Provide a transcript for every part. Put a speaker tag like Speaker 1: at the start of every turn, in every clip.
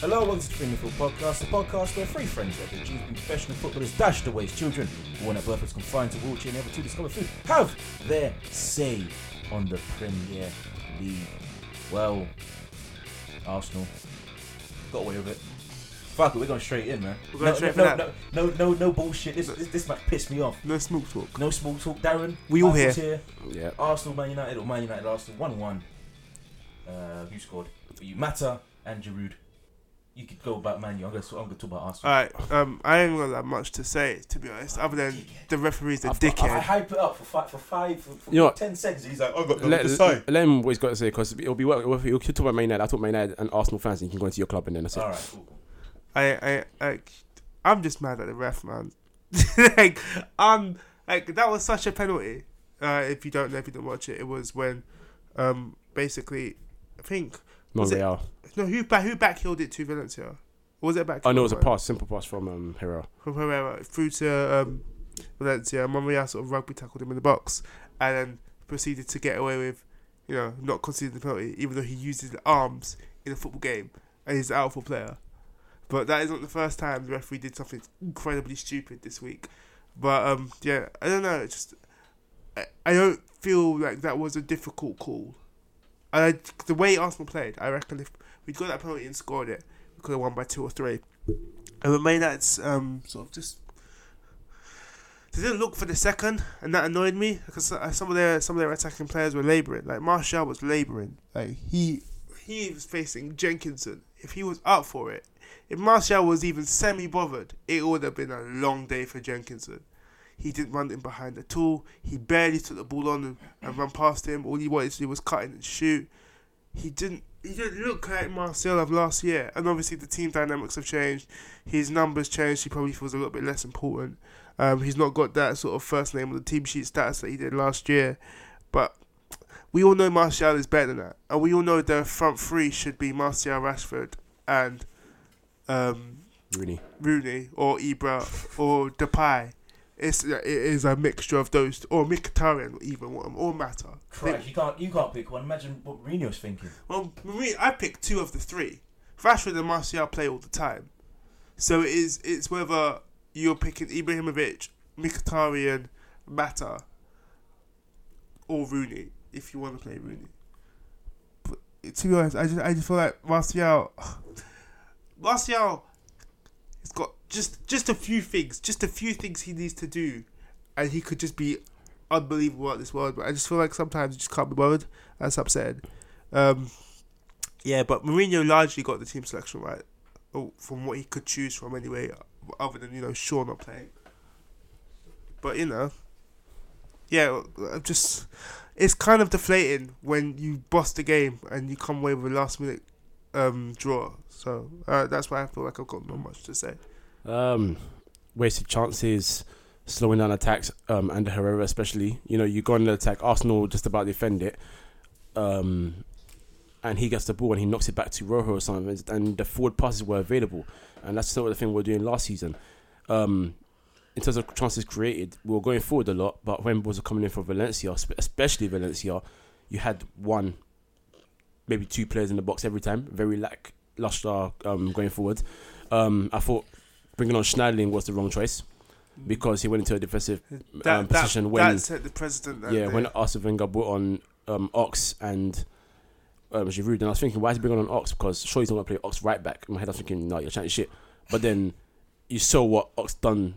Speaker 1: Hello, welcome to the Premium Football Podcast, the podcast where three friends that have achieved being professional footballers dash the ways children, born at birth was confined to wheelchair and never to discover food, have their say on the Premier League. Well, Arsenal got away with it. Fuck it, we're going straight in, man.
Speaker 2: We're going
Speaker 1: no,
Speaker 2: straight
Speaker 1: no,
Speaker 2: for
Speaker 1: no, no, no, no, no bullshit. This, this this match pissed me off.
Speaker 2: No small talk.
Speaker 1: No small talk, Darren.
Speaker 2: We all
Speaker 1: Arsenal's
Speaker 3: Yeah.
Speaker 1: Arsenal, Man United, or Man United, Arsenal, one-one. Uh, who scored? You Mata and Giroud. You could go about Man U. I'm gonna, I'm gonna talk about Arsenal.
Speaker 2: Alright, um, I ain't got that much to say, to be honest, other than the referee's a
Speaker 1: I've got- I, I
Speaker 2: dickhead.
Speaker 1: hype it up for five, for five, for, for
Speaker 3: You know what?
Speaker 1: ten seconds. He's like, I've got nothing
Speaker 3: Let,
Speaker 1: to say.
Speaker 3: let him what he's got to say because it'll be worth it. You'll talk about Man United. I'll talk Man United and Arsenal fans, and you can go into your club and then that's it.
Speaker 1: All right, cool.
Speaker 2: I, I, I, I'm just mad at the ref, man. like, um, like that was such a penalty. Uh, if you don't know, if you didn't watch it, it was when, um, basically, I think Was it-
Speaker 3: Monreal.
Speaker 2: no, who back who backheeled it to Valencia? Or was it back?
Speaker 3: I know Oh, it was a pass, simple pass from um, Herrera.
Speaker 2: from Herrera through to um, Valencia. Monreal sort of rugby tackled him in the box and then proceeded to get away with, you know, not conceding the penalty, even though he used his arms in a football game and he's an outfield player. But that is not the first time the referee did something incredibly stupid this week. But um, yeah, I don't know. It's just I, I don't feel like that was a difficult call. And I, the way Arsenal played, I reckon if we'd got that penalty and scored it, we could have won by two or three. And with Man United's um, sort of just they didn't look for the second, and that annoyed me because uh, some of their some of their attacking players were labouring. Like Martial was labouring. Like he he was facing Jenkinson. If he was up for it, if Martial was even semi bothered, it would have been a long day for Jenkinson. He didn't run in behind at all. He barely took the ball on and, and ran past him. All he wanted to do was cut in and shoot. He didn't. He didn't look like Marcel of last year. And obviously the team dynamics have changed. His numbers changed. He probably feels a little bit less important. Um, he's not got that sort of first name on the team sheet status that he did last year. But we all know Martial is better than that, and we all know the front three should be Martial, Rashford, and um,
Speaker 3: Rooney.
Speaker 2: Rooney or Ibra or Depay. It's it is a mixture of those, or Mkhitaryan even, or Mata.
Speaker 1: Christ, you can't, you can't pick one. Imagine what Mourinho's thinking.
Speaker 2: Well, for me, I picked two of the three. Rashford and Martial play all the time, so it is it's whether you're picking Ibrahimovic, Mkhitaryan, Mata, or Rooney if you want to play Rooney. But to be honest, I just I just feel like Martial, Martial, has got just just a few things, just a few things he needs to do, and he could just be unbelievable at this world. But I just feel like sometimes you just can't be bothered. That's upsetting. Um, yeah, but Mourinho largely got the team selection right, oh, from what he could choose from anyway, other than you know Shaw not playing. But you know, yeah, I'm just it's kind of deflating when you boss the game and you come away with a last minute um, draw. So uh, that's why I feel like I've got not much to say.
Speaker 3: Um, wasted chances, slowing down attacks, um, and Herrera especially. You know, you go on the attack. Arsenal just about defend it, um, and he gets the ball and he knocks it back to Rojo or something. And the forward passes were available, and that's sort of the thing we were doing last season. Um, in terms of chances created, we were going forward a lot, but when balls were coming in for Valencia, spe- especially Valencia, you had one, maybe two players in the box every time. Very lack luster um, going forward. Um, I thought bringing on Schneiderlin was the wrong choice because he went into a defensive.
Speaker 2: That, uh,
Speaker 3: um,
Speaker 2: that,
Speaker 3: position when-
Speaker 2: that set the president. That
Speaker 3: yeah,
Speaker 2: day.
Speaker 3: when Arsene Wenger brought on um, Ox and um, Giroud, and I was thinking, why is he bringing on Ox? Because sure he's not going to play Ox right back. In my head, I was thinking, no, you're chatting shit. But then you saw what Ox done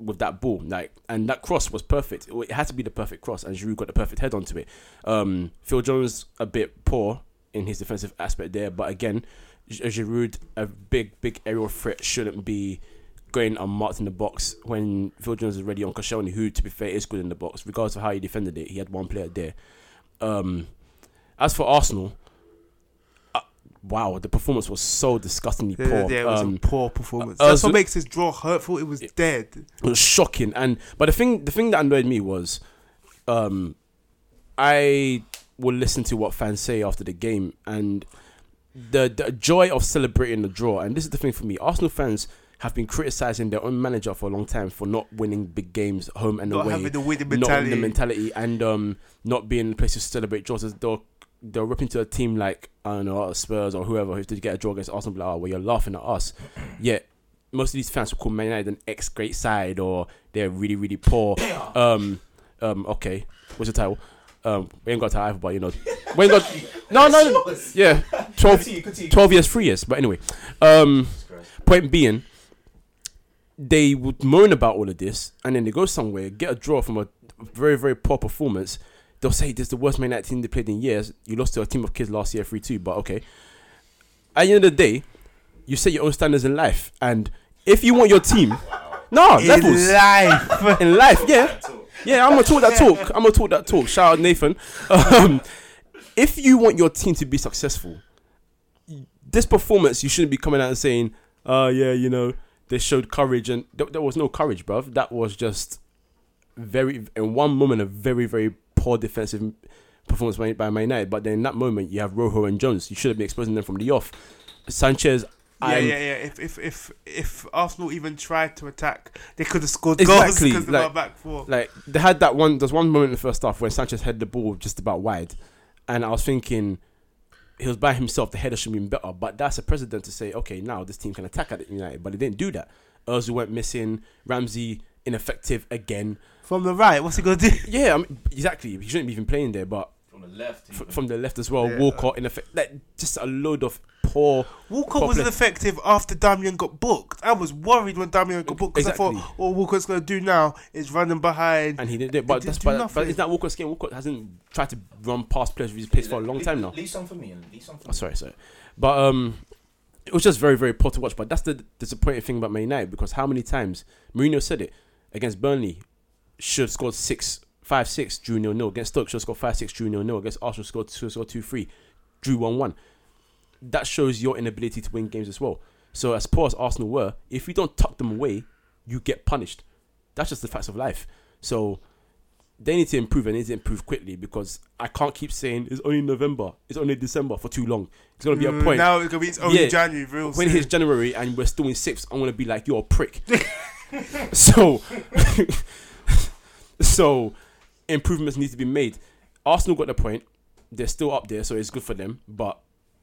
Speaker 3: with that ball, like, and that cross was perfect. It had to be the perfect cross, and Giroud got the perfect head onto it. Um, Phil Jones a bit poor in his defensive aspect there, but again, Gi- Giroud a big big aerial threat shouldn't be going unmarked in the box when Phil Jones is ready on Koscielny, who to be fair is good in the box, regardless of how he defended it. He had one player there. Um, as for Arsenal. uh, Wow, the performance was so disgustingly
Speaker 2: yeah,
Speaker 3: poor.
Speaker 2: yeah, it was
Speaker 3: Um,
Speaker 2: a poor performance.
Speaker 3: uh,
Speaker 2: That's
Speaker 3: Ozil-
Speaker 2: what makes his draw hurtful. It was dead.
Speaker 3: it was shocking and but the thing the thing that annoyed me was um i will listen to what fans say after the game and the, the joy of celebrating the draw and this is the thing for me arsenal fans have been criticizing their own manager for a long time for not winning big games home and
Speaker 2: Not
Speaker 3: away
Speaker 2: having the winning
Speaker 3: not
Speaker 2: mentality.
Speaker 3: having the mentality and um not being in a place to celebrate draws There were they'll rip into a team like I don't know Spurs or whoever who did get a draw against Arsenal, blah, well you're laughing at us. Yet most of these fans will call Man United an ex great side or they're really really poor. Um, um, okay, what's the title? Um, we ain't got a title, either, but you know, we ain't got no no, no. yeah, 12,
Speaker 1: Continue, continue.
Speaker 3: 12 years, three years. But anyway, um,
Speaker 1: Jesus Christ.
Speaker 3: point being, they would moan about all of this, and then they go somewhere, get a draw from a very, very poor performance. They'll say this is the worst Man United team they played in years. You lost to a team of kids last year, three two, but okay. At the end of the day, you set your own standards in life, and if you want your team, no levels
Speaker 2: In life.
Speaker 3: in life, yeah. Yeah, I'm gonna talk that talk. I'm gonna talk that talk. Shout out Nathan. Um, if you want your team to be successful, this performance you shouldn't be coming out and saying, "Oh yeah, you know they showed courage," and th- there was no courage, bruv. That was just very in one moment a very very poor defensive performance by, by Man United. But then in that moment you have Rojo and Jones. You should have been exposing them from the off. Sanchez,
Speaker 2: Yeah, yeah,
Speaker 3: I'm-
Speaker 2: yeah. If if if if Arsenal even tried to attack, they could have scored goals
Speaker 3: Exactly,
Speaker 2: because they
Speaker 3: like-
Speaker 2: were back four.
Speaker 3: like they had that one. There's one moment in the first half where Sanchez had the ball just about wide, and I was thinking he was by himself. The header should have been better, but that's a precedent to say, okay, now this team can attack at United, but they didn't do that. Ozil went missing. Ramsey ineffective again.
Speaker 2: From the right, what's he gonna do?
Speaker 3: Yeah, I mean, exactly. He shouldn't be even playing there, but
Speaker 1: From the left.
Speaker 3: f- from the left as well.
Speaker 2: Mm-hmm. Yeah.
Speaker 3: Walcott ineffective. Like just a load of poor.
Speaker 2: Walker
Speaker 3: Properly.
Speaker 2: wasn't effective after Damian got booked. I was worried when Damian got booked because I
Speaker 3: Exactly.
Speaker 2: thought all Walker's gonna do now is run them behind.
Speaker 3: And he didn't do it, but
Speaker 2: They
Speaker 3: that's
Speaker 2: do
Speaker 3: but, but
Speaker 2: nothing.
Speaker 3: is that Walker's game? Walker hasn't tried to run past players with his pace for a long time now.
Speaker 1: Leave some for me. and Leave some for
Speaker 3: Oh,
Speaker 1: me.
Speaker 3: sorry, sorry. But um, it was just very, very poor to watch. But that's the disappointing thing about Man United because how many times Mourinho said it against Burnley should have scored six, five, six, drew nil nil. Against Stoke should have scored five, six, drew nil nil. Against Arsenal scored two, scored two, three, drew one, one. That shows your inability to win games as well. So as poor as Arsenal were, if you don't tuck them away, you get punished. That's just the facts of life. So they need to improve and they need to improve quickly because I can't keep saying it's only November, it's only December for too long. It's gonna be a
Speaker 2: Mm,
Speaker 3: point
Speaker 2: Now it's gonna be it's only
Speaker 3: Yeah.
Speaker 2: January. Real
Speaker 3: when it's January and we're still in sixth. I'm gonna be like you're a prick. so, so improvements need to be made. Arsenal got the point. They're still up there, so it's good for them. But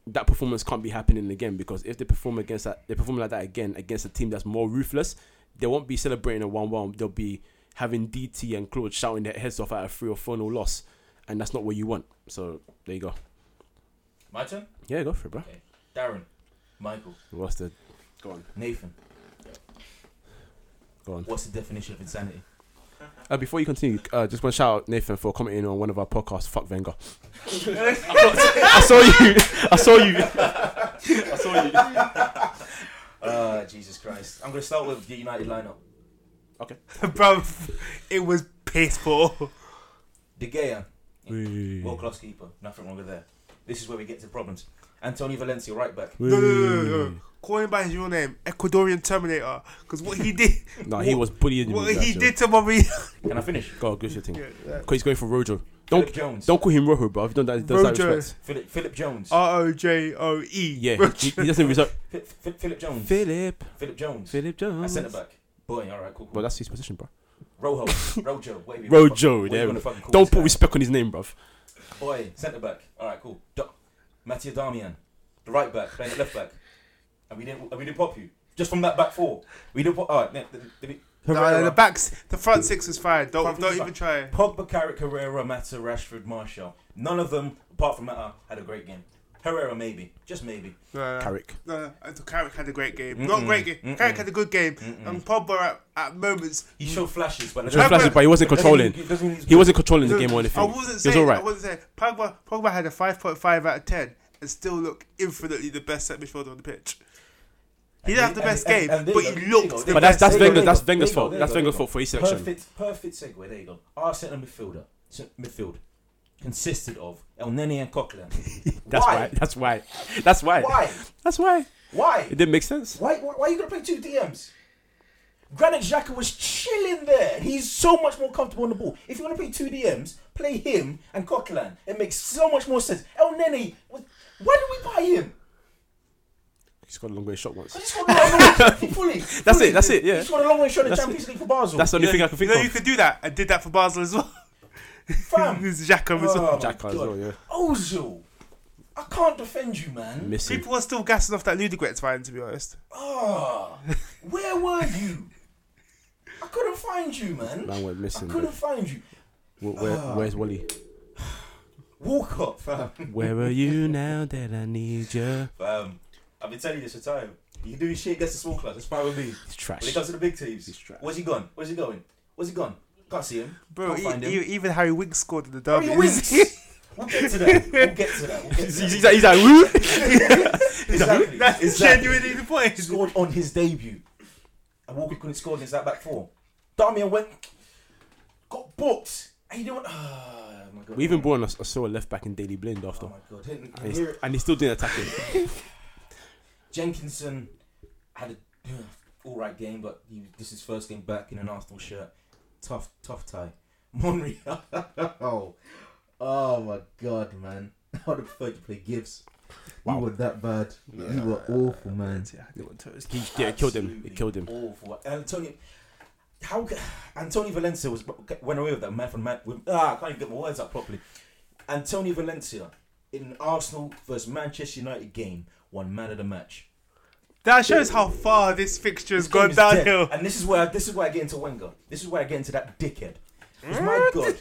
Speaker 3: that performance can't be happening again because if they perform against that, they perform like that again against a team that's more ruthless. They won't be celebrating a one-one. They'll be having DT and Claude shouting their heads off at a three or four no loss, and that's not what you want. So there you go.
Speaker 1: My turn?
Speaker 3: Yeah, go for it, bro.
Speaker 1: Okay. Darren, Michael,
Speaker 3: What's the? Go on,
Speaker 1: Nathan,
Speaker 3: go on.
Speaker 1: what's the definition of insanity?
Speaker 3: Uh, before you continue, uh, just want to shout out Nathan for commenting on one of our podcasts. Fuck Wenger. I saw you. I saw you. I saw you.
Speaker 1: Uh, Jesus Christ. I'm going to start with the United lineup.
Speaker 2: bro, it was piss poor.
Speaker 1: De Gea, world class keeper. Nothing wrong with there. This is where we get to problems. Antonio Valencia, right back.
Speaker 2: No, no, no, no, no. Call him by his real name, Ecuadorian Terminator, because what he did,
Speaker 3: No, he was bullying
Speaker 2: what
Speaker 3: me.
Speaker 2: he did to Bobby.
Speaker 1: Can I finish?
Speaker 3: Go on, good your thing.
Speaker 2: Yeah,
Speaker 3: Because
Speaker 2: yeah.
Speaker 3: he's going for Rojo.
Speaker 1: Philip
Speaker 3: Don't
Speaker 1: Jones.
Speaker 3: don't call him Rojo, bro. If you don't, that does that
Speaker 2: Rojo.
Speaker 3: respect.
Speaker 1: Philip, Philip Jones.
Speaker 3: Ah.
Speaker 2: R O J O E.
Speaker 3: Yeah, he, he doesn't result.
Speaker 1: Fi- Fi- Philip Jones.
Speaker 3: Philip,
Speaker 1: Philip Jones.
Speaker 3: Philip
Speaker 1: At
Speaker 3: Jones.
Speaker 1: centre back. Boy, alright, cool.
Speaker 3: Well,
Speaker 1: cool.
Speaker 3: that's his position, bro.
Speaker 1: Rojo. Rojo. Whatever you wanna fuck-
Speaker 3: Rojo,
Speaker 1: what you
Speaker 3: there.
Speaker 1: wanna
Speaker 3: we-
Speaker 1: fucking call
Speaker 3: Don't
Speaker 1: this
Speaker 3: put
Speaker 1: guy.
Speaker 3: respect on his name, bro.
Speaker 1: Boy, centre back. All right, cool. Do- Mattia Damian, the right back, playing at left back. And we didn't, and we didn't pop you just from that back four. We didn't pop. All right, let- let- let me-
Speaker 2: No, no, the backs, the front six was fine. Don't
Speaker 1: Front
Speaker 2: don't
Speaker 1: six
Speaker 2: even try.
Speaker 1: Pogba, Carrick, Herrera, Mata, Rashford, Marshall. None of them, apart from Mata, had a great game. Herrera, maybe, just maybe.
Speaker 2: No, no,
Speaker 3: Carrick.
Speaker 2: no, no. And so Carrick had a great game.
Speaker 1: Mm-mm,
Speaker 2: Not great game.
Speaker 1: mm-mm.
Speaker 2: Carrick had a good game. And Pogba at, at moments.
Speaker 1: He showed flashes, but
Speaker 3: He was flashy, but he wasn't controlling. He wasn't controlling the
Speaker 2: No,
Speaker 3: game or anything.
Speaker 2: I
Speaker 3: He
Speaker 2: wasn't
Speaker 3: was
Speaker 2: saying.
Speaker 3: all right.
Speaker 2: I wasn't saying. Pogba, Pogba had a five point five out of ten and still looked infinitely the best set midfielder on the pitch. He didn't have the best game, but he looked. the
Speaker 3: But that's
Speaker 2: best
Speaker 3: that's
Speaker 2: player.
Speaker 3: Wenger. That's
Speaker 1: There you
Speaker 3: Wenger's
Speaker 1: go,
Speaker 3: fault.
Speaker 1: there you
Speaker 3: That's
Speaker 1: go, there
Speaker 3: Wenger's
Speaker 1: you
Speaker 3: fault for his selection.
Speaker 1: Perfect, perfect segue. There you go. Our centre midfielder, s- midfield, consisted of El Nene and Coquelin.
Speaker 3: That's why. That's why. That's why.
Speaker 1: Why?
Speaker 3: That's why.
Speaker 1: Why?
Speaker 3: It didn't make sense.
Speaker 1: Why, why, why are you going to play two DMs? Granit Xhaka was chilling there. He's so much more comfortable on the ball. If you want to play two DMs, play him and Coquelin. It makes so much more sense. El Nene, was- why did we buy him?
Speaker 3: He's got a long way shot once.
Speaker 1: I just want to long fully.
Speaker 3: That's it, that's it, yeah.
Speaker 1: He's got a long way shot in the
Speaker 3: That's
Speaker 1: Champions League for Basel.
Speaker 3: That's the only thing I can
Speaker 2: You
Speaker 3: think
Speaker 2: know you
Speaker 3: of.
Speaker 2: could do that. I did that for Basel as well.
Speaker 1: Fam.
Speaker 2: This is Xhaka as well.
Speaker 1: Oh, my
Speaker 3: Jack as
Speaker 1: God.
Speaker 3: well, yeah.
Speaker 1: Ozil. I can't defend you, man.
Speaker 3: Missy.
Speaker 2: People are still gassing off that Ludogretz fine, to be honest.
Speaker 1: Ah, where were you? I couldn't find you, man.
Speaker 3: Man went
Speaker 1: I
Speaker 3: missing.
Speaker 1: couldn't find you.
Speaker 3: Where, where, where's Wally?
Speaker 1: Walk up, fam.
Speaker 3: Where are you now that I need you?
Speaker 1: fam. um, I've been telling you this for time. You can do shit against the small clubs. That's fine with me.
Speaker 3: It's
Speaker 1: When it
Speaker 3: trash.
Speaker 1: comes to the big teams,
Speaker 3: He's trash.
Speaker 1: where's he gone? Where's he going? Where's he gone? Can't see him.
Speaker 2: Bro,
Speaker 1: Can't find
Speaker 2: e-
Speaker 1: him.
Speaker 2: e- even Harry Winks scored in the
Speaker 1: Oh,
Speaker 2: derby.
Speaker 1: he wins. We'll get to that. We'll get to that. We'll get to
Speaker 3: He's,
Speaker 1: that.
Speaker 3: he's like, he's like, woo!
Speaker 1: Exactly.
Speaker 2: That's
Speaker 1: exactly.
Speaker 2: genuinely the point.
Speaker 1: He scored on his debut. And Walker couldn't score against that back four. Darmian went, got booked. And you know what? Oh my god.
Speaker 3: We even brought on a, I saw a left back in Daily Blind after.
Speaker 1: Oh my god. Didn't-
Speaker 3: and, he's,
Speaker 1: here-
Speaker 3: and he's still doing attacking.
Speaker 1: Jenkinson had a alright game, but he, this is his first game back in an Arsenal shirt. Tough, tough tie. Monreal. oh. oh my god, man. I would have preferred to play Gibbs.
Speaker 3: Wow.
Speaker 1: You were that bad. You were awful, man.
Speaker 3: He, yeah, it killed him. It killed him.
Speaker 1: Awful. Antonio, how ca- Antonio Valencia was went away with that man from man. With, ah, I can't even get my words out properly. Antonio Valencia in an Arsenal versus Manchester United game won man of the match.
Speaker 2: That shows how far this fixture has
Speaker 1: This game
Speaker 2: gone
Speaker 1: is dead.
Speaker 2: downhill.
Speaker 1: And this is where this is where I get into Wenger. This is where I get into that dickhead. 'Cause my God,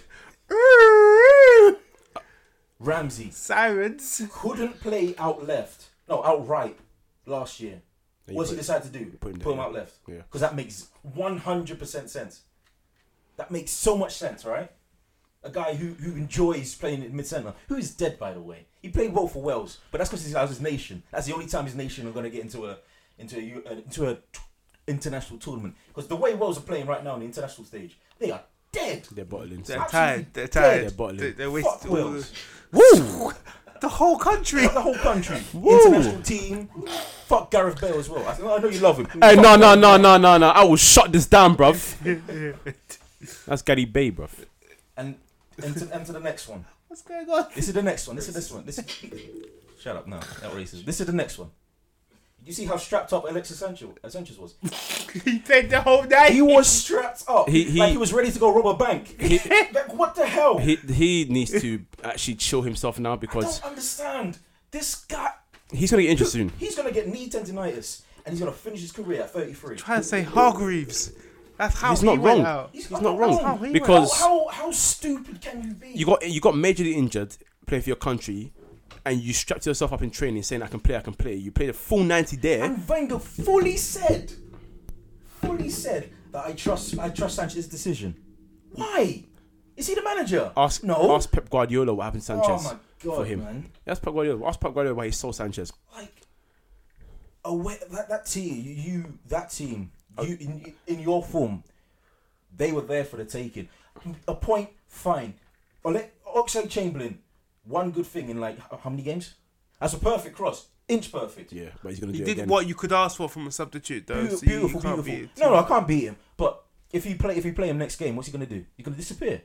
Speaker 1: Ramsey
Speaker 2: Sirens.
Speaker 1: couldn't play out left, no out right last year.
Speaker 3: Yeah, you
Speaker 1: What's he
Speaker 3: put-
Speaker 1: decide to do?
Speaker 3: put him
Speaker 1: Put him
Speaker 3: down.
Speaker 1: out left.
Speaker 3: Yeah.
Speaker 1: Because that makes 100% sense. That makes so much sense, right? A guy who, who enjoys playing in mid centre, who is dead, by the way. He played well for Wales, but that's because he's out of his nation. That's the only time his nation are going to get into a into a Eu- uh, into a t- international tournament. Because the way Wales are playing right now on the international stage, they are dead.
Speaker 3: They're bottling.
Speaker 2: They're
Speaker 1: Absolutely
Speaker 2: tired. They're
Speaker 1: dead.
Speaker 2: tired.
Speaker 3: They're bottling.
Speaker 2: They- they wasted
Speaker 1: Fuck
Speaker 2: all the-
Speaker 1: Wales.
Speaker 2: Woo! The whole country.
Speaker 1: Fuck the whole country,
Speaker 3: Woo.
Speaker 1: international team. Fuck Gareth Bale as well. I, said, "Oh, I know you love him.
Speaker 3: Hey, no, no, no, no, no, no. I will shut this down, bruv. That's Gaddy Bay, bruv.
Speaker 1: And into, into the next one.
Speaker 2: What's going on?
Speaker 1: This is the next one. This is this one. This is. Shut up! No, that racist. This is the next one. You see how strapped up Alexis Sanchez, uh, Sanchez was?
Speaker 2: He played the whole night.
Speaker 1: He was strapped up.
Speaker 3: He- he-
Speaker 1: like he was ready to go rob a bank. like what the hell?
Speaker 3: He, he needs to actually chill himself now
Speaker 1: I
Speaker 3: because
Speaker 1: don't understand. This guy.
Speaker 3: he's going to get injured soon.
Speaker 1: He's gonna get knee tendinitis, and he's gonna finish his career at 33.
Speaker 2: Trying to say Hargreaves. That's how
Speaker 3: He's
Speaker 2: he
Speaker 3: not
Speaker 2: went
Speaker 3: wrong.
Speaker 2: out.
Speaker 1: He's
Speaker 3: He's
Speaker 1: not
Speaker 3: not
Speaker 1: wrong.
Speaker 3: wrong
Speaker 2: How-
Speaker 1: how,
Speaker 3: because
Speaker 1: how how stupid can you be?
Speaker 3: you got you got majorly injured playing for your country, and you strapped yourself up in training saying I can play, I can play. You played a full ninety there.
Speaker 1: And Wenger fully said, fully said that I trust I trust Sanchez's decision. Why? Is he the manager?
Speaker 3: Ask
Speaker 1: no.
Speaker 3: ask Pep Guardiola what happened to
Speaker 1: oh
Speaker 3: Sanchez
Speaker 1: my god,
Speaker 3: for him.
Speaker 1: man!
Speaker 3: Ask Pep Guardiola. Ask Pep Guardiola why he sold Sanchez.
Speaker 1: Like, away, that that team, you, you that team, you
Speaker 3: Oh.
Speaker 1: in, in your form, they were there for the taking. A point, fine. Oxlade Chamberlain, one good thing in like h- how many games? That's a perfect cross, inch perfect.
Speaker 3: Yeah, but he's going to
Speaker 2: He
Speaker 3: do it
Speaker 2: did
Speaker 3: again.
Speaker 2: what you could ask for from a substitute, though.
Speaker 1: Beautiful,
Speaker 2: so you
Speaker 1: beautiful.
Speaker 2: can't
Speaker 1: beautiful.
Speaker 2: beat it.
Speaker 1: No, no, I can't beat him. But if you play, if you play him next game, what's he gonna do? He's gonna disappear.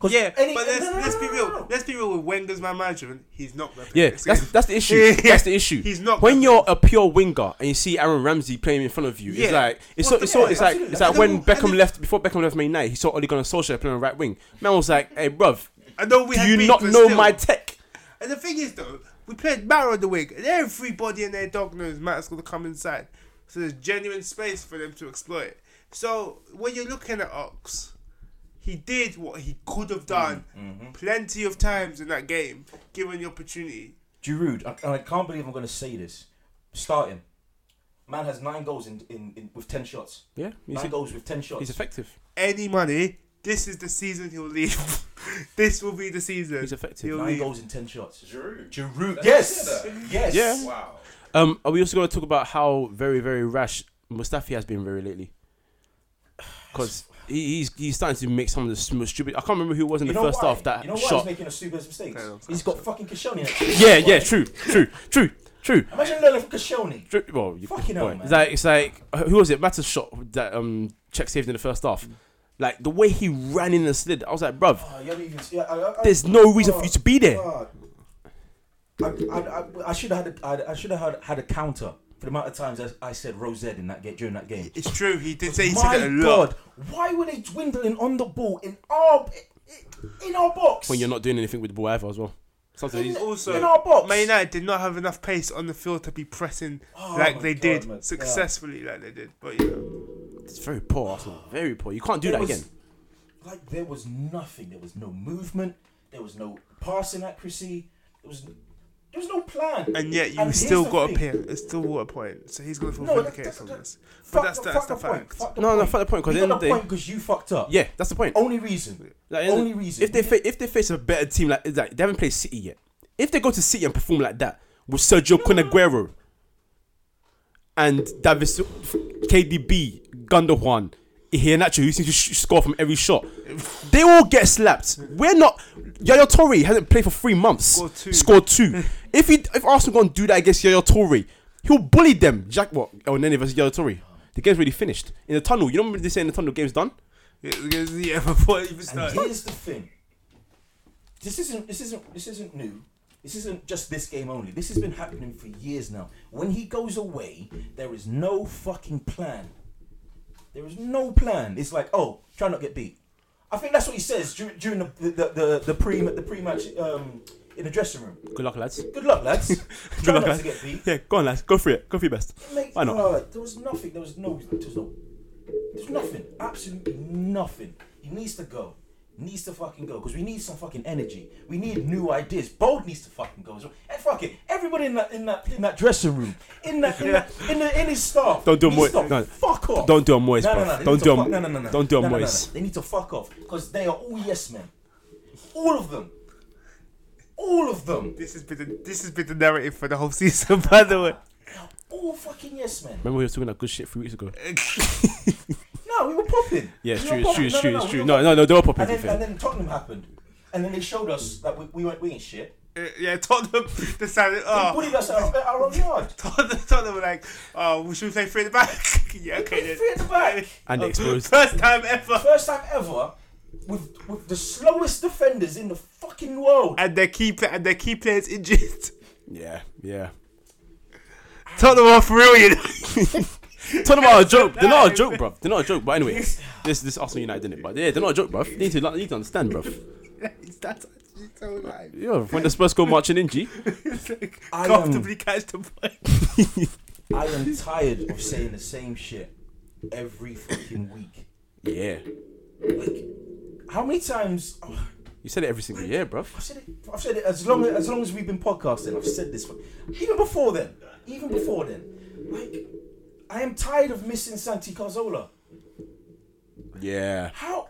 Speaker 1: 'Cause
Speaker 2: Yeah,
Speaker 1: any-
Speaker 2: but let's,
Speaker 1: no, no,
Speaker 2: let's
Speaker 1: no,
Speaker 2: be
Speaker 1: no, no,
Speaker 2: real.
Speaker 1: no.
Speaker 2: Let's be real with Wenger's man management. He's not. gonna play
Speaker 3: Yeah,
Speaker 2: this
Speaker 3: that's
Speaker 2: game.
Speaker 3: that's the issue.
Speaker 2: Yeah.
Speaker 3: That's the issue.
Speaker 2: He's not
Speaker 3: When
Speaker 2: gonna-
Speaker 3: you're a pure winger and you see Aaron Ramsey playing in front of you, it's
Speaker 2: Yeah.
Speaker 3: like it's so,
Speaker 2: What the
Speaker 3: it's, so,
Speaker 1: fuck?
Speaker 3: it's like
Speaker 1: Absolutely.
Speaker 3: it's like
Speaker 1: And
Speaker 3: when
Speaker 2: then-
Speaker 3: Beckham
Speaker 2: and
Speaker 3: left before Beckham left Man United, he saw Ole Gunnar Solskjaer playing on right wing. Man was like, "Hey, bruv,
Speaker 2: I know we
Speaker 3: do
Speaker 2: had
Speaker 3: you
Speaker 2: beef,
Speaker 3: not
Speaker 2: but
Speaker 3: know
Speaker 2: still.
Speaker 3: my tech?"
Speaker 2: And the thing is, though, we played Mara on the wing, and everybody and their dog knows Matt's going to come inside. So there's genuine space for them to exploit. So when you're looking at Ox, he did what he could have done
Speaker 3: Mm, mm-hmm.
Speaker 2: plenty of times in that game, given the opportunity.
Speaker 1: Giroud, I- and I can't believe I'm gonna say this. Start him. Man has nine goals in, in, in with ten shots.
Speaker 3: Yeah, he's,
Speaker 1: Nine
Speaker 2: oh,
Speaker 1: goals with ten shots.
Speaker 3: he's effective.
Speaker 2: Any money, this is the season he'll leave. this will be the season.
Speaker 3: He's effective.
Speaker 2: He'll
Speaker 1: nine
Speaker 2: leave.
Speaker 1: goals in ten shots.
Speaker 4: Giroud.
Speaker 1: Giroud,
Speaker 4: That's
Speaker 1: yes,
Speaker 4: consider.
Speaker 1: yes.
Speaker 3: Yeah.
Speaker 4: Wow.
Speaker 3: Um, are we also going to talk about how very very rash Mustafi has been very lately? Because he, he's he's starting to make some of the sm- stupid. I can't remember who it was in
Speaker 1: You
Speaker 3: the
Speaker 1: know
Speaker 3: first
Speaker 1: why?
Speaker 3: half that
Speaker 1: you know why he's
Speaker 3: shot.
Speaker 1: making a stupid mistake?
Speaker 2: Fair enough,
Speaker 1: He's got fucking Kashoni. next to him.
Speaker 3: Yeah, yeah, true, true, true, true.
Speaker 1: Imagine learning from Kashoni.
Speaker 3: Dri- Well, you,
Speaker 1: Fucking hell,
Speaker 3: boy.
Speaker 1: man.
Speaker 3: It's like it's like uh, who was it? Matter shot that um check saved in the first half. Like the way he ran in and slid, I was like, bruv,
Speaker 1: Oh, you haven't even. Yeah, I, I, I,
Speaker 3: there's no reason for you to be there.
Speaker 1: God. I, I, I, I should have had a, I, I should have had, had a counter for the amount of times I, I said Rosette in that game during that game.
Speaker 2: It's true, he did say he took
Speaker 1: My
Speaker 2: it a lot.
Speaker 1: God, why were they dwindling on the ball in our in our box?
Speaker 3: When you're not doing anything with the ball ever as well. Something. he's-
Speaker 2: Also,
Speaker 1: in our box.
Speaker 2: Man United did not have enough pace on the field to be pressing
Speaker 1: Oh
Speaker 2: like
Speaker 1: my
Speaker 2: they
Speaker 1: God,
Speaker 2: did
Speaker 1: man.
Speaker 2: successfully, like they did. But you know,
Speaker 3: It's very poor, Arsenal. Very poor. You can't do
Speaker 1: There
Speaker 3: that
Speaker 1: was-
Speaker 3: again.
Speaker 1: Like there was nothing. There was no movement. There was no passing accuracy. There was there was no plan.
Speaker 2: and yet you
Speaker 1: And here's
Speaker 2: still
Speaker 1: the
Speaker 2: got
Speaker 1: thing.
Speaker 2: a pin. It's still got a point. So he's gonna feel
Speaker 1: No, that-
Speaker 2: vindicated
Speaker 1: that-
Speaker 2: from
Speaker 1: that-
Speaker 2: this. But
Speaker 1: Fuck
Speaker 2: that's
Speaker 1: the-
Speaker 2: that's
Speaker 1: fuck
Speaker 2: the
Speaker 1: point,
Speaker 2: fact.
Speaker 1: fuck the
Speaker 3: No, no,
Speaker 1: point.
Speaker 3: fuck the point, 'cause
Speaker 1: You
Speaker 3: at the
Speaker 1: got
Speaker 3: end of
Speaker 1: the
Speaker 3: the
Speaker 1: point because you fucked up.
Speaker 3: Yeah, that's the point.
Speaker 1: Only reason.
Speaker 3: Like,
Speaker 1: Only
Speaker 3: if-
Speaker 1: reason.
Speaker 3: If they fa- if they face a better team like like they haven't played City yet. If they go to City and perform like that with Sergio Conaguero and Davis, KDB, Gundogan, Iheanacho, who seems to sh- score from every shot, they all get slapped. We're not. Yaya Torre hasn't played for three months.
Speaker 2: Scored two.
Speaker 3: Scored two. if he if Arsenal go and do that against Yaya Torre, he'll bully them. Jack what? El Nene versus Yaya Torre. The game's really finished in the tunnel. You know what they say in the tunnel? Game's done.
Speaker 2: Yeah, because- yeah, before it even
Speaker 1: And
Speaker 2: started.
Speaker 1: here's the thing. This isn't this isn't this isn't new. This isn't just this game only. This has been happening for years now. When he goes away, there is no fucking plan. There is no plan. It's like, oh, try not get beat. I think that's what he says during, during the, the, the, the pre the pre match um, in the dressing room.
Speaker 3: Good luck, lads.
Speaker 1: Good luck, lads. try
Speaker 3: luck,
Speaker 1: not
Speaker 3: lads.
Speaker 1: to get beat.
Speaker 3: Yeah, go on, lads. Go for it. Go for your best.
Speaker 1: Mate,
Speaker 3: Why not?
Speaker 1: bruh, there was nothing. There was no. There was no. There's nothing. Absolutely nothing. He needs to go. Needs to fucking go because we need some fucking energy. We need new ideas. Bold needs to fucking go. as well. And fuck it, everybody in that in that in that dressing room, in that in that in, the, in his staff.
Speaker 3: Don't do a
Speaker 1: needs
Speaker 3: Moyes-
Speaker 1: to
Speaker 3: no.
Speaker 1: Fuck off.
Speaker 3: Don't do a Moyes,
Speaker 1: No, no,
Speaker 3: bruv.
Speaker 1: no, they
Speaker 3: Don't
Speaker 1: need to
Speaker 3: do a-
Speaker 1: fuck- no, no, no, no.
Speaker 3: don't do a
Speaker 1: No, no, no,
Speaker 3: Moyes.
Speaker 1: no. They need to fuck off because they are all yes men. All of them. All of them.
Speaker 2: This has been the, this has been the narrative for the whole season. By the way,
Speaker 1: They are all fucking yes men.
Speaker 3: Remember we were talking about good shit three weeks ago.
Speaker 2: Uh,
Speaker 1: No, we were popping.
Speaker 3: Yeah, it's
Speaker 1: We
Speaker 3: true,
Speaker 1: were
Speaker 3: it's
Speaker 1: popping.
Speaker 3: true, it's
Speaker 1: No,
Speaker 3: true,
Speaker 1: no,
Speaker 3: it's
Speaker 1: we
Speaker 3: true.
Speaker 1: were
Speaker 3: No, no, no, they were popping.
Speaker 1: And
Speaker 3: to be
Speaker 1: then, and
Speaker 3: fair.
Speaker 1: then Tottenham happened, and then they showed us that we, we weren't we ain't shit.
Speaker 2: Uh, yeah, Tottenham decided.
Speaker 1: They
Speaker 2: Oh,
Speaker 1: bullied us at our, at our own yard.
Speaker 2: Tottenham, Tottenham were like, oh, we should play three at the back. yeah, okay then.
Speaker 1: Three at the back.
Speaker 3: And they exposed.
Speaker 2: First time ever.
Speaker 1: First time ever with with the slowest defenders in the fucking world.
Speaker 2: And their key pla- and their key players injured.
Speaker 3: Yeah, yeah.
Speaker 2: Tottenham are for real, you know.
Speaker 3: Talking about a joke. They're not a joke, bruv. They're not a joke. But anyway, this this Arsenal United didn't it. But yeah, they're not a joke, bruv. You need to you need to understand, bruv.
Speaker 2: It's- That's actually so live.
Speaker 3: Yeah, when the Spurs go marching in, G.
Speaker 2: It's like
Speaker 1: I, um,
Speaker 2: comfortably catch the point.
Speaker 1: I am tired of saying the same shit every fucking week.
Speaker 3: Yeah,
Speaker 1: Like, how many times? oh,
Speaker 3: you said it every single year, bruv.
Speaker 1: I've said it. I've said it as long as long as we've been podcasting. I've said this, even before then, even before then. Like, I am tired of missing Santi Carzola.
Speaker 3: Yeah.
Speaker 1: How?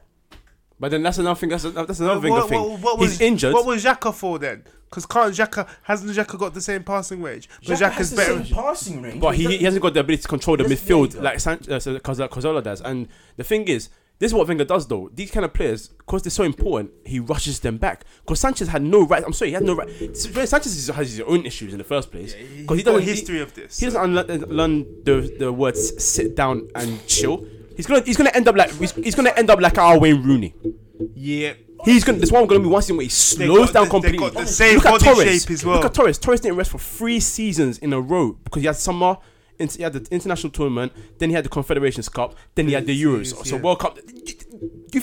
Speaker 3: But then that's another thing. That's that's another thing.
Speaker 2: What-
Speaker 3: I think
Speaker 2: what- what
Speaker 3: he's
Speaker 2: was-
Speaker 3: injured.
Speaker 2: What was Xhaka for then? Because can't Xhaka hasn't Xhaka got the same passing wage? But
Speaker 1: Xhaka
Speaker 2: Xhaka's
Speaker 1: has the
Speaker 2: better.
Speaker 1: same passing range.
Speaker 3: But he, he hasn't got the ability to control the
Speaker 1: He doesn't- yeah, he
Speaker 3: midfield
Speaker 1: does.
Speaker 3: like uh, Cazola does. And the thing is, this is what Wenger does though. These kind of players, because they're so important, he rushes them back. Because Sanchez had no right. I'm sorry, he had no right. Sanchez is- has his own issues in the first place.
Speaker 2: Yeah,
Speaker 3: Because
Speaker 2: he's
Speaker 3: he
Speaker 2: got
Speaker 3: doesn't
Speaker 2: a history
Speaker 3: he,
Speaker 2: of this,
Speaker 3: He
Speaker 2: so-
Speaker 3: doesn't unle- uh, learn the the words sit down and chill. He's gonna he's gonna end up like he's, he's gonna end up like our Wayne Rooney.
Speaker 2: Yeah.
Speaker 3: He's gonna. This one gonna be one scene where he slows
Speaker 2: got
Speaker 3: down
Speaker 2: the- they
Speaker 3: completely.
Speaker 2: got the same body shape as well.
Speaker 3: Look at Torres. Torres didn't rest for three seasons in a row because he had summer. in- He had the international tournament, then he had the Confederations Cup, then he had the Euros.
Speaker 2: Jeez,
Speaker 3: So
Speaker 2: yeah.
Speaker 3: World Cup. If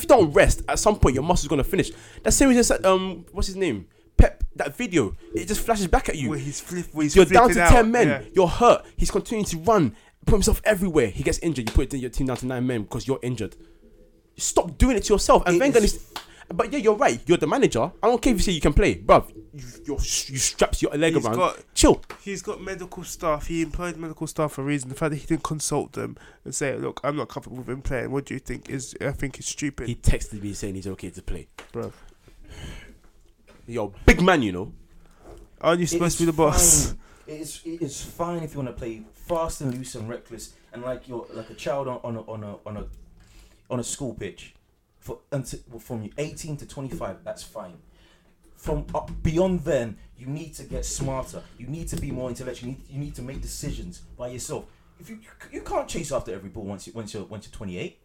Speaker 3: you don't rest, at some point your muscles gonna finish. That series is um, what's his name? Pep. That video. It just flashes back at you.
Speaker 2: Where he's flip. Where he's
Speaker 3: You're down
Speaker 2: flipping
Speaker 3: to
Speaker 2: out.
Speaker 3: ten men.
Speaker 2: Yeah.
Speaker 3: You're hurt. He's continuing to run. Put himself everywhere. He gets injured. You put your team down to nine men because you're injured. Stop doing it to yourself. And
Speaker 1: It
Speaker 3: Wenger
Speaker 1: is-
Speaker 3: is. But yeah, you're right. You're the manager. I don't care if you say you can play, bruv. You, you're, you straps your leg
Speaker 2: He's
Speaker 3: around.
Speaker 2: got-
Speaker 3: Chill.
Speaker 2: He's got medical staff. He employed medical staff for a reason. The fact that he didn't consult them and say, "Look, I'm not comfortable with him playing. What do you think?" Is I think it's stupid,
Speaker 3: He texted me saying he's okay to play.
Speaker 2: bro.
Speaker 3: Yo, big man, you know.
Speaker 2: Aren't you
Speaker 1: It
Speaker 2: supposed
Speaker 1: is
Speaker 2: to be the boss?
Speaker 1: fine. It is it is fine if you want to play fast and loose and reckless and like you're like a child on, on a on a on a on a school pitch for until well, from you 18 to 25. That's fine. From up beyond then, you need to get smarter. You need to be more intellectual. You need, you need to make decisions by yourself. If you you c- you can't chase after every ball once you once you're once you're 28,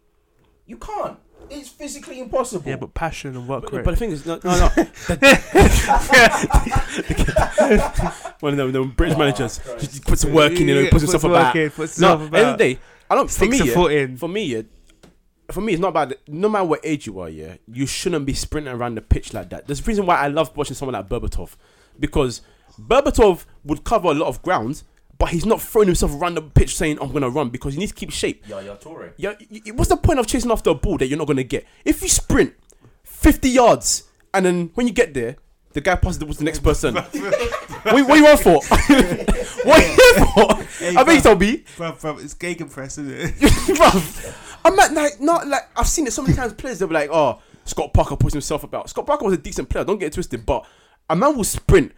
Speaker 1: you can't. It's physically impossible.
Speaker 2: Yeah, but passion and work
Speaker 3: But,
Speaker 2: rate.
Speaker 3: but the thing is, no, no, no. One of them, them British
Speaker 1: Ah,
Speaker 3: managers.
Speaker 1: Christ.
Speaker 3: He puts work in, you know, he puts himself
Speaker 2: work
Speaker 3: about.
Speaker 2: in, Oh, puts
Speaker 3: No,
Speaker 2: himself
Speaker 3: at the end
Speaker 2: about.
Speaker 3: of the day, I don't. For me,
Speaker 2: sticks a
Speaker 3: yeah,
Speaker 2: foot in.
Speaker 3: for me, yeah, for me, it's not bad. No matter what age you are, yeah, you shouldn't be sprinting around the pitch like that. There's a reason why I love watching someone like Berbatov. because Berbatov would cover a lot of ground, but he's not throwing himself around the pitch saying, I'm going to run because you need to keep shape.
Speaker 1: Yaya Toure.
Speaker 3: Yeah, y- y- what's the point of chasing after a ball that you're not going to get? If you sprint 50 yards and then when you get there, the guy passes the ball to the next person. what, what you want for? what you want for? I think it'll be.
Speaker 2: Bruv, bruv, it's gegenpress, isn't it?
Speaker 3: Bruv, I'm not like not like I've seen it so many times. Players they'll be like, "Oh, Scott Parker puts himself about." Scott Parker was a decent player. Don't get it twisted, but a man will sprint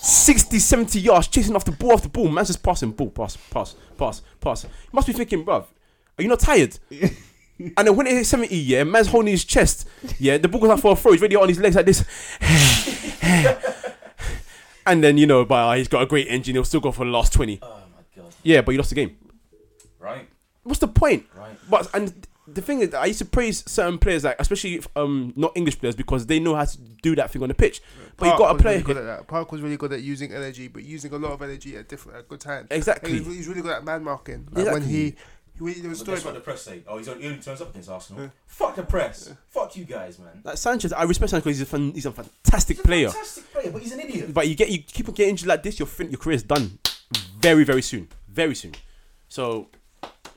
Speaker 3: 60, 70 yards chasing off the ball after ball. Man's just passing ball, pass, pass, pass, pass. You must be thinking, bruv, are you not tired? And then when it hits 70, yeah, man's holding his chest. Yeah, the ball goes out for a throw. He's ready on his legs like this. and then, you know, but uh, he's got a great engine. He'll still go for the last 20.
Speaker 1: Oh my god.
Speaker 3: Yeah, but you lost the game.
Speaker 1: Right,
Speaker 3: What's the point?
Speaker 1: right.
Speaker 3: But and the thing is, that I used to praise certain players, like especially um not English players, because they know how to do that thing on the pitch. But you got
Speaker 2: Park was
Speaker 3: a player
Speaker 2: Really good at that. Park was really good at using energy, but using a lot of energy at different at good times. And
Speaker 3: exactly.
Speaker 2: he's, he's really good at man marking. Like When
Speaker 3: Exactly.
Speaker 2: he, he really, there was
Speaker 1: But
Speaker 2: a story
Speaker 1: that's what
Speaker 2: about
Speaker 1: the press say. Oh, he's on, he only turns up against Arsenal.
Speaker 2: Yeah.
Speaker 1: Fuck the press. Fuck you guys, man.
Speaker 3: Like Sanchez, I respect Sanchez because he's a fan, he's a fantastic player.
Speaker 1: Fantastic player, but he's an idiot.
Speaker 3: But you get you keep on getting injured like this, your fin- your career's done very very soon, very soon. So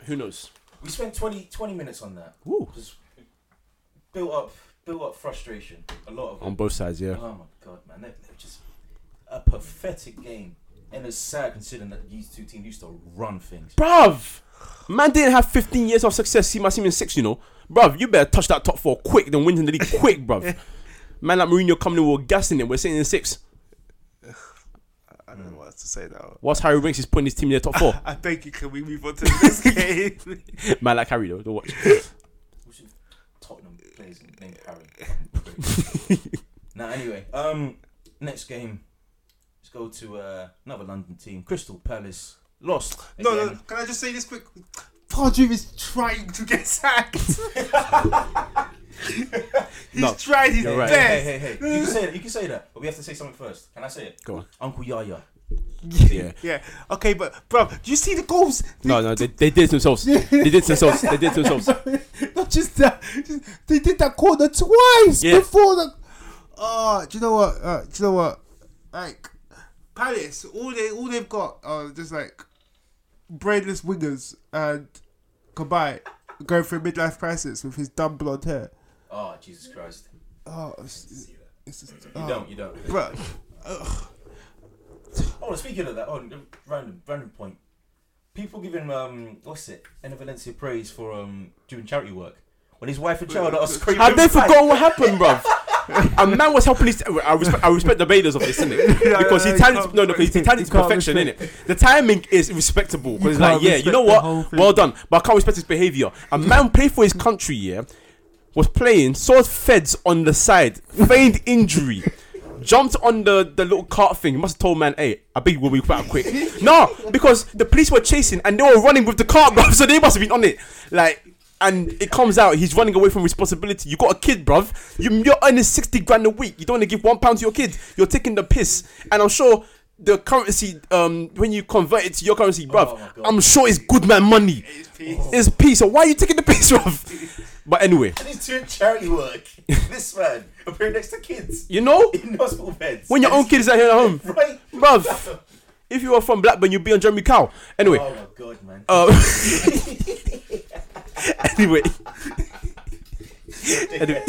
Speaker 3: who knows?
Speaker 1: We spent 20, 20 minutes on that.
Speaker 3: Woo.
Speaker 1: Just built up, built up frustration. A lot of it.
Speaker 3: On both sides, yeah.
Speaker 1: Oh my god, man, they're, they're just a pathetic game, and it's sad considering that these two teams used to run things.
Speaker 3: Bruv, man didn't have 15 years of success. See my team in six, you know. Bruv, you better touch that top four quick than win the league quick, bruv. Man like Mourinho coming in, we're gassing him. We're sitting in six.
Speaker 2: I don't know what else to say now.
Speaker 3: Whilst Harry Winks is putting his team in the top four.
Speaker 2: I beg you, can we move on to the next game?
Speaker 3: Man like Harry though, don't watch.
Speaker 1: We should Tottenham players named Harry. now, anyway, um, next game, let's go to uh, another London team, Crystal Palace. Lost.
Speaker 2: no, no,
Speaker 1: again.
Speaker 2: no, can I just say this quick? Pardew is trying to get sacked. he's
Speaker 3: No,
Speaker 2: trying his
Speaker 3: you're right.
Speaker 1: Hey,
Speaker 2: best.
Speaker 1: hey, hey, hey. You can say that. You can say that, but we have to say something first. Can I say it?
Speaker 3: Go on.
Speaker 1: Uncle Yaya.
Speaker 3: Yeah.
Speaker 2: Yeah, okay, but bro, do you see the goals?
Speaker 3: No, no, they, they did it to themselves. They did it to themselves. They did it to themselves.
Speaker 2: Not just that, just, they did that corner twice
Speaker 3: Yeah.
Speaker 2: before the. Oh, do you know what? Uh, do you know what? Like Palace, all they all they've got are just like brainless wingers and Kabay going through a midlife crisis with his dumb blonde hair.
Speaker 1: Oh Jesus Christ!
Speaker 2: Oh, it's, it's just,
Speaker 1: You
Speaker 2: oh,
Speaker 1: don't. You don't.
Speaker 2: bro.
Speaker 1: Oh, speaking of that, oh, random, random point. People giving um, what's it, Enna Valencia praise for um doing charity work when his wife and child are screaming.
Speaker 3: Have they
Speaker 1: like-
Speaker 3: forgotten what happened, bruv? A man was helping his. I respect, I respect the bailers of this, innit? Because
Speaker 2: yeah,
Speaker 3: he
Speaker 2: you
Speaker 3: timed it.
Speaker 2: can't-
Speaker 3: No, no, because he timed it
Speaker 2: you
Speaker 3: to
Speaker 2: can't
Speaker 3: perfection,
Speaker 2: respect-
Speaker 3: innit? The timing is respectable. Because it's like,
Speaker 2: can't
Speaker 3: yeah, you
Speaker 2: respect
Speaker 3: know
Speaker 2: the whole
Speaker 3: what?
Speaker 2: thing.
Speaker 3: Well done, but I can't respect his behavior. A man played for his country, yeah, was playing, saw feds on the side, feigned injury. Jumped on the, the little cart thing. He must have told man, hey, I beg you, we'll be back quick. no, because the police were chasing and they were running with the cart, bruv, so they must have been on it. Like, and it comes out he's running away from responsibility. You got a kid, bruv. You, you're earning 60 grand a week. You don't want to give one pound to your kid. You're taking the piss. And I'm sure the currency, um, when you convert it to your currency, bruv,
Speaker 1: Oh my God.
Speaker 3: I'm sure it's good man money. It's peace. So why are you taking the piss, bruv? But anyway,
Speaker 1: He's doing charity work. this man appearing next to kids
Speaker 3: you know,
Speaker 1: in hospital beds.
Speaker 3: when your own kid is out here at home,
Speaker 1: right?
Speaker 3: bruv, if you were from Blackburn, you'd be on Jeremy Cow. Anyway,
Speaker 1: Oh my god, man.
Speaker 3: Um, anyway. anyway.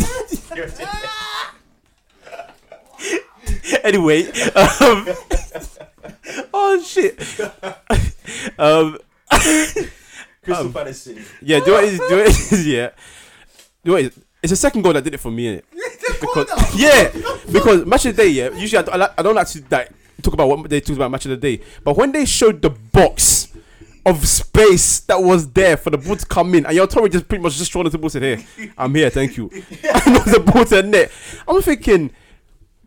Speaker 3: anyway. Um, oh shit. um,
Speaker 1: Crystal Palace City.
Speaker 3: yeah. Do it. Do it. Yeah. Do it. It's the second goal that did it for me, innit? Because, yeah, because match of the day, yeah. Usually I don't, I, like- I don't like to like, talk about what they talk about match of the day, but when they showed the box of space that was there for the ball to come in, and your Torre just pretty much just thrown the ball said, "Hey, I'm here, thank you." and the ball to the net. I'm thinking,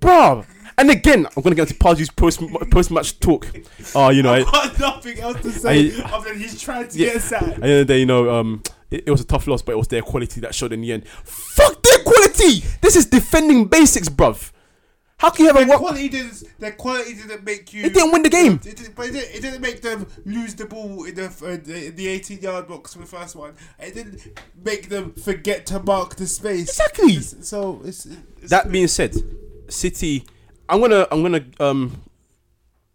Speaker 3: bruh. And again, I'm gonna get into Pardew's post post match talk. Oh, you know, I-
Speaker 2: Got nothing else to say.
Speaker 3: I-
Speaker 2: other than he's trying to
Speaker 3: Yeah.
Speaker 2: get sacked.
Speaker 3: at the end of the day, you know, um, it, it was a tough loss, but it was their quality that showed in the end. Fuck their quality! This is defending basics, bruv. How can you have a
Speaker 2: Their
Speaker 3: one?
Speaker 2: quality didn't. Their quality didn't make you.
Speaker 3: It didn't win the game.
Speaker 2: It didn't, but it didn't, it didn't make them lose the ball in the, uh, the in the 18 yard box for the first one. It didn't make them forget to mark the space.
Speaker 3: Exactly.
Speaker 2: It's- so it's, it's
Speaker 3: That being said, City I'm gonna I'm gonna um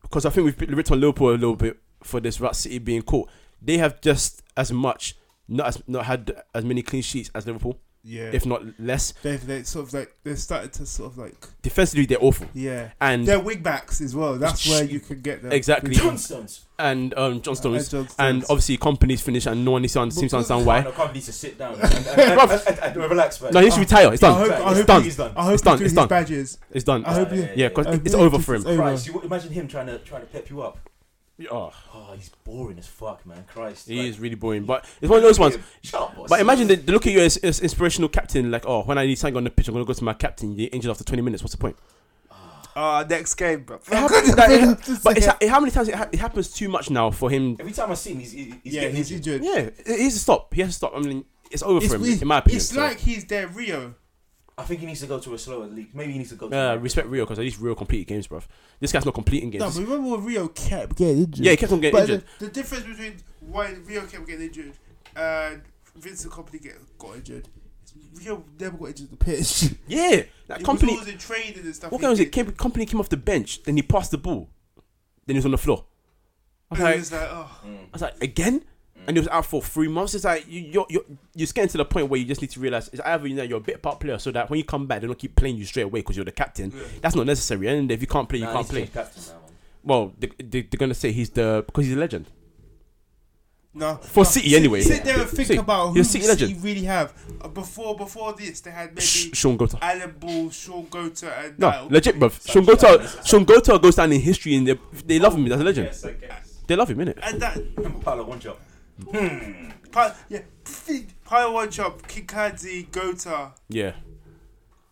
Speaker 3: because I think we've been- ripped on Liverpool a little bit for this about City being caught. They have just as much not as not had as many clean sheets as Liverpool,
Speaker 2: Yeah.
Speaker 3: if not less.
Speaker 2: they've they sort of like they started to sort of like
Speaker 3: Defensively, they're awful.
Speaker 2: yeah.
Speaker 3: And
Speaker 2: Their wing backs as well. That's where you can get them
Speaker 3: Exactly.
Speaker 1: Johnstones.
Speaker 3: and um, John
Speaker 2: And,
Speaker 3: Stones
Speaker 2: John Stones.
Speaker 3: and obviously companies finish and no one understands- seems to understand why.
Speaker 1: I can't need to sit down and, and, and, and, and, and relax, man.
Speaker 3: No, he should retire. It's
Speaker 2: I
Speaker 3: done.
Speaker 2: hope,
Speaker 1: It's
Speaker 2: I hope
Speaker 3: done.
Speaker 2: he-
Speaker 1: He's done.
Speaker 2: I hope
Speaker 3: It's
Speaker 2: he
Speaker 3: done.
Speaker 2: do
Speaker 3: It's
Speaker 2: his
Speaker 3: done.
Speaker 2: badges.
Speaker 3: It's done.
Speaker 2: I hope he-
Speaker 3: Yeah, because
Speaker 2: I hope
Speaker 3: it's
Speaker 2: he-
Speaker 3: over for him.
Speaker 2: it's over.
Speaker 1: Christ, you, imagine him trying to trying to pep you up.
Speaker 3: Oh,
Speaker 1: Oh, he's boring as fuck, man. Christ.
Speaker 3: he
Speaker 1: like-
Speaker 3: is really boring, but it's one of those ones.
Speaker 1: Shut up, boss.
Speaker 3: But imagine they, they look at you as, as inspirational captain, like, oh, when I need something on the pitch, I'm gonna go to my captain. You're injured after 20 minutes. What's the point?
Speaker 2: Ah, next game, bro.
Speaker 3: It happens- like, it- but it's, it- how many times it, ha- it happens too much now for him?
Speaker 1: Every time I see him, he's, he's he's
Speaker 2: yeah,
Speaker 1: getting
Speaker 2: he's
Speaker 1: injured.
Speaker 2: injured.
Speaker 3: Yeah, he has to stop. He has to stop. I mean, it's over
Speaker 2: It's,
Speaker 3: for him,
Speaker 2: it's-
Speaker 3: in my opinion.
Speaker 2: it's
Speaker 3: so.
Speaker 2: like he's their Rio.
Speaker 1: I think he needs to go to a slower league. Maybe he needs to go.
Speaker 3: Uh,
Speaker 1: to
Speaker 3: respect Rio because at least Rio completed games, bruv. This guy's not completing
Speaker 2: No, but
Speaker 3: games.
Speaker 2: remember when Rio kept getting injured?
Speaker 3: yeah, he kept on getting
Speaker 2: But
Speaker 3: injured.
Speaker 2: The, the difference between why Rio kept getting injured and Vincent Company get, got injured is Rio never got injured on the pitch.
Speaker 3: yeah, that
Speaker 2: He
Speaker 3: company.
Speaker 2: was always in training and stuff.
Speaker 3: What
Speaker 2: he
Speaker 3: game was it?
Speaker 2: did.
Speaker 3: Came, company came off the bench, then he passed the ball, then he was on the floor. I
Speaker 2: And
Speaker 3: was
Speaker 2: he
Speaker 3: like,
Speaker 2: was like, oh.
Speaker 3: I was like again, and he was out for three months. It's like you, you're you're you're getting to the point where you just need to realize it's either you know you're a bit part player, so that when you come back, they don't keep playing you straight away because you're the captain.
Speaker 2: Yeah.
Speaker 3: That's not necessary. And if you can't play, you
Speaker 1: Nah,
Speaker 3: can't
Speaker 1: he's
Speaker 3: play.
Speaker 1: just captain now, man.
Speaker 3: Well, they, they, they're gonna say he's the because he's a legend
Speaker 2: No.
Speaker 3: for
Speaker 2: no.
Speaker 3: City anyway.
Speaker 2: Sit there and think
Speaker 3: See,
Speaker 2: about
Speaker 3: you're
Speaker 2: who
Speaker 3: a City
Speaker 2: City
Speaker 3: legend.
Speaker 2: really have. Uh, Before before this, they had
Speaker 3: Sh-
Speaker 2: maybe
Speaker 3: Sean Gota.
Speaker 2: Alan Ball, Sean Gota, and
Speaker 3: No,
Speaker 2: Niall.
Speaker 3: legit, bruv. Sean
Speaker 1: Sanchez.
Speaker 3: Gota. Sean Gota goes down in history, and they they love him. That's a legend.
Speaker 1: Yes, I guess.
Speaker 3: They love him, innit?
Speaker 2: And that
Speaker 1: Remember Paolo one job.
Speaker 2: Pi- yeah, Pile One Chop, Kinkadzi, Gota,
Speaker 3: Yeah.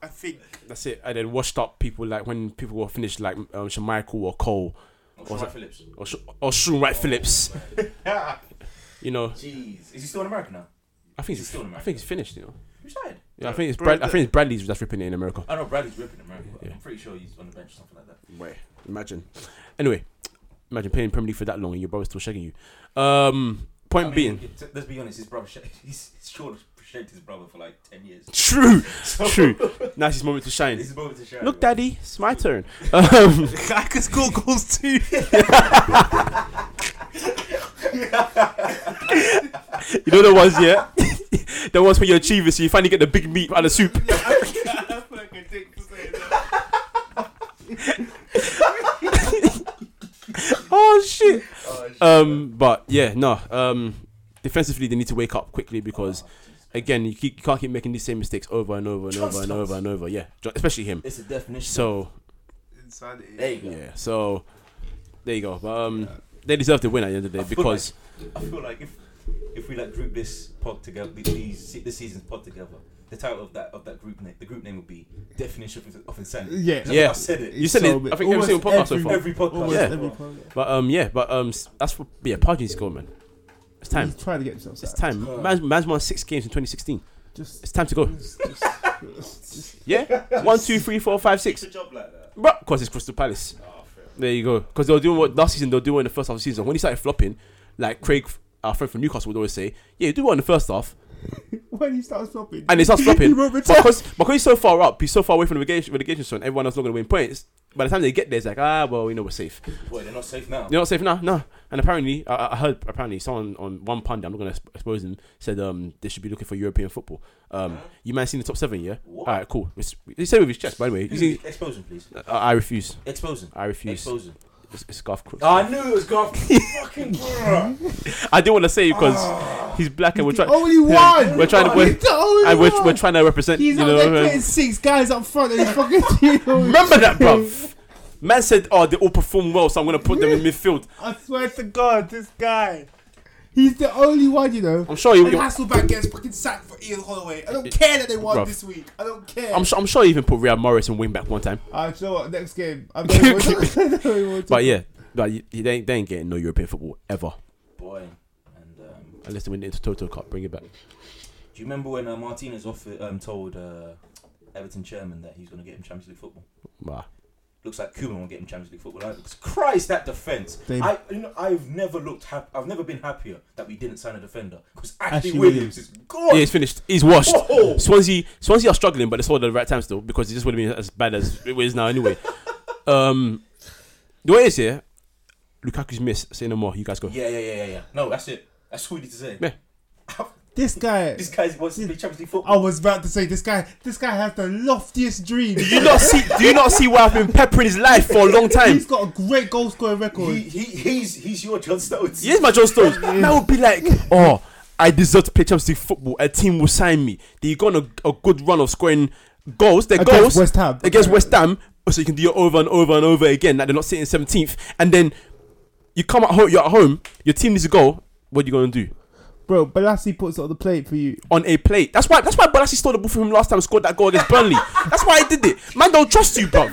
Speaker 2: I think.
Speaker 3: That's it. And then washed up people like when people were finished like um, Shamichael or Cole
Speaker 1: Or Sean Phillips.
Speaker 3: or Sh- or Shun Wright Phillips. you know,
Speaker 1: Jeez, is he still in America now?
Speaker 3: I think
Speaker 1: He's
Speaker 3: he's,
Speaker 1: still in
Speaker 3: I think he's finished. You know,
Speaker 1: Who's tired?
Speaker 3: yeah, I think it's
Speaker 2: Brad-
Speaker 3: Brad, I think it's Bradley's that's ripping it in America.
Speaker 1: I know Bradley's ripping America. but
Speaker 3: Yeah.
Speaker 1: I'm pretty sure he's on the bench or something like that.
Speaker 3: Wait, imagine. Anyway, imagine playing Premier League for that long and your brother's still shagging you. Um,
Speaker 1: I
Speaker 3: point
Speaker 1: mean,
Speaker 3: being,
Speaker 1: it- let's be honest, his brother, sh- he's, he's sure shagged his brother for like 10 years.
Speaker 3: true, true. Now's his moment to shine.
Speaker 1: This is moment to shine.
Speaker 3: Look,
Speaker 1: man.
Speaker 3: Daddy, it's my turn. Um,
Speaker 2: I could score goals too.
Speaker 3: you know the ones, yeah. the ones when you achieve it, so you finally get the big meat out of soup.
Speaker 2: That's like a dick to say that.
Speaker 3: oh shit.
Speaker 1: Oh, shit.
Speaker 3: Um, but yeah, no. Um, defensively, they need to wake up quickly because,
Speaker 1: Oh, Jesus.
Speaker 3: again, you, keep, you can't keep making these same mistakes over and over and over and
Speaker 1: Johnstones.
Speaker 3: over and over. Yeah, Jo- especially him.
Speaker 1: It's a definition.
Speaker 3: So
Speaker 2: Insanity.
Speaker 1: there you go.
Speaker 3: yeah, so there you go. But um, they deserve to win at the end of the
Speaker 1: I
Speaker 3: day
Speaker 1: feel
Speaker 3: because
Speaker 1: I feel like if if we like group this pod together, these this season's pod together, the title of that of that group name, the group name would be definition of, of insanity.
Speaker 2: Yeah.
Speaker 1: I
Speaker 3: Yeah.
Speaker 1: said it.
Speaker 3: you said
Speaker 2: So
Speaker 3: it. I
Speaker 2: bad.
Speaker 3: think every
Speaker 2: Almost
Speaker 3: single podcast so
Speaker 2: every-
Speaker 3: far.
Speaker 1: Every podcast.
Speaker 2: Almost
Speaker 3: Yeah.
Speaker 2: every problem.
Speaker 3: But um, yeah, but um, s- that's for yeah, Pardew score, man. It's time.
Speaker 2: He's trying to get himself
Speaker 3: It's
Speaker 2: out.
Speaker 3: time. Man's, man's won six games in 2016.
Speaker 2: Just.
Speaker 3: It's time to go.
Speaker 2: just- just- just-
Speaker 3: Yeah, one, two, three, four, five, six.
Speaker 1: It's a job like that. Oh,
Speaker 3: But because it's Crystal Palace. There you go. Because they were doing what last season they were doing in the first half of the season. When he started flopping, like Craig, our friend from Newcastle, would always say, "Yeah, you do well in the first half,"
Speaker 2: when he starts flopping.
Speaker 3: and he starts
Speaker 2: He
Speaker 3: flopping.
Speaker 2: won't
Speaker 3: but
Speaker 2: return.
Speaker 3: because, because he's so far up, he's so far away from the relegation, relegation zone, everyone else not going to win points. By the time they get there, it's like, ah, well, you know, we're safe.
Speaker 1: Boy, they're not safe now.
Speaker 3: You're not safe now, no. And apparently, I, I- I heard apparently someone on one pundit, I'm not going to expose him, said um they should be looking for European football. Um, you might have seen the top seven, yeah.
Speaker 1: What?
Speaker 3: All right, cool. It's, he said with his chest, by the way. You see-
Speaker 1: Expose him, please.
Speaker 3: I, I refuse.
Speaker 1: Expose him.
Speaker 3: I refuse.
Speaker 1: Expose him.
Speaker 3: It's, it's Garth Crooks.
Speaker 1: Oh, I knew it was gone. fucking bruh.
Speaker 3: I didn't want to say because
Speaker 2: Ah.
Speaker 3: he's black and we're
Speaker 2: The
Speaker 3: trying.
Speaker 2: only
Speaker 3: Yeah,
Speaker 2: one.
Speaker 3: we're trying to- we're-
Speaker 2: He's the only
Speaker 3: And we're,
Speaker 2: one.
Speaker 3: we're trying to represent,
Speaker 2: He's
Speaker 3: you
Speaker 2: out
Speaker 3: know.
Speaker 2: there
Speaker 3: um,
Speaker 2: getting six guys up front and he's fucking.
Speaker 3: remember that, bruv. Man said, "Oh, they all perform well, so I'm gonna put them in midfield."
Speaker 2: I swear to God, this guy. He's the only one, you know.
Speaker 3: I'm sure he.
Speaker 2: And Hasselback gets fucking sacked for Ian Holloway. I don't care that they won
Speaker 3: Bruv.
Speaker 2: this week. I don't care.
Speaker 3: I'm sure. I'm sure he even put Real Morris in wing back one time.
Speaker 2: Alright, so what? Next game. I'm not even- I don't even want to-
Speaker 3: But yeah, like you- they ain't, they ain't getting no European football ever
Speaker 1: Boy. And um,
Speaker 3: unless they win the Toto Cup. Bring it back.
Speaker 1: do you remember when uh, Martinez offer, um, told uh, Everton chairman that he was going to get him Champions League football?
Speaker 3: Nah.
Speaker 1: Looks like Kuman won't get him Champions League football either. Because Christ, that defense!
Speaker 2: They-
Speaker 1: I, you know, I've never looked hap- I've never been happier that we didn't sign a defender because Ashley,
Speaker 2: Ashley
Speaker 1: Williams,
Speaker 2: Williams.
Speaker 1: is gone.
Speaker 3: Yeah, he's finished. He's washed.
Speaker 1: Whoa.
Speaker 3: Swansea, Swansea are struggling, but they scored at the right time still because it just would have been as bad as it is now anyway. Um, the way it is here, Lukaku's miss. Say no more. You guys go.
Speaker 1: Yeah, yeah, yeah, yeah, yeah. No, that's it. That's all we need to say.
Speaker 3: Yeah.
Speaker 2: This guy.
Speaker 1: This guy wants to play Champions League football.
Speaker 2: I was about to say this guy. This guy has the loftiest dream.
Speaker 3: Do you not see? Do you not see what I've been peppering his life for a long time?
Speaker 2: He's got a great goal scoring record.
Speaker 1: He, he, he's he's your John Stones.
Speaker 3: Here's my John Stones. And I would be like, oh, I deserve to play Champions League football. A team will sign me. They got on a, a good run of scoring goals. Their
Speaker 2: Against
Speaker 3: goals
Speaker 2: West Ham.
Speaker 3: against West Ham. So you can do it over and over and over again. Like they're not sitting seventeenth, and then you come at home. You're at home. Your team needs a goal. What are you gonna do
Speaker 2: Bro, Balassi puts it on the plate for you.
Speaker 3: on a plate? That's why. That's why Balassi stole the ball from him last time. and Scored that goal against Burnley. that's why I did it. Man, don't trust you, bruv.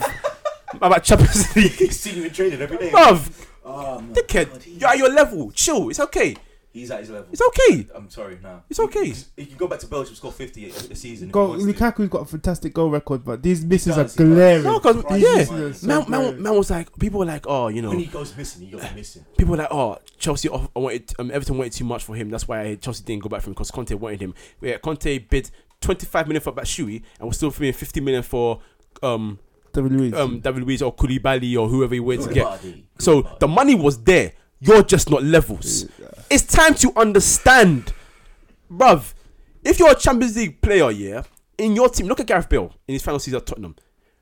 Speaker 3: About Champions League,
Speaker 1: He's seen you in training every day.
Speaker 3: bruv.
Speaker 1: Oh, my God,
Speaker 3: Dickhead,
Speaker 1: he-
Speaker 3: you're at your level. Chill. It's okay.
Speaker 1: He's at his level.
Speaker 3: It's okay.
Speaker 1: I'm sorry, nah.
Speaker 3: It's okay.
Speaker 1: He can go back to Belgium, score 50 a, a season. if he
Speaker 2: Goal,
Speaker 1: wants to.
Speaker 2: Lukaku's got a fantastic goal record, but these misses
Speaker 1: does,
Speaker 2: are
Speaker 1: he does.
Speaker 2: glaring.
Speaker 3: No, because
Speaker 1: Christ
Speaker 3: yeah,
Speaker 1: almighty.
Speaker 2: So
Speaker 3: man,
Speaker 2: great.
Speaker 3: man, man was like people were like, oh, you
Speaker 1: When he
Speaker 3: know,
Speaker 1: goes missing, he goes missing.
Speaker 3: people were like, oh, Chelsea off, I wanted um, Everton wanted too much for him. That's why Chelsea didn't go back for him because Conte wanted him. Yeah, Conte bid 25 million for Batshuayi and was still paying 50 million for um
Speaker 2: David Luiz.
Speaker 3: um David Luiz or Koulibaly or whoever he wanted to get.
Speaker 1: Koulibaly,
Speaker 3: So
Speaker 1: Koulibaly.
Speaker 3: the money was there. You're just not levels. It's time to understand, bruv. If you're a Champions League player, yeah, in your team, look at Gareth Bale in his final season at Tottenham.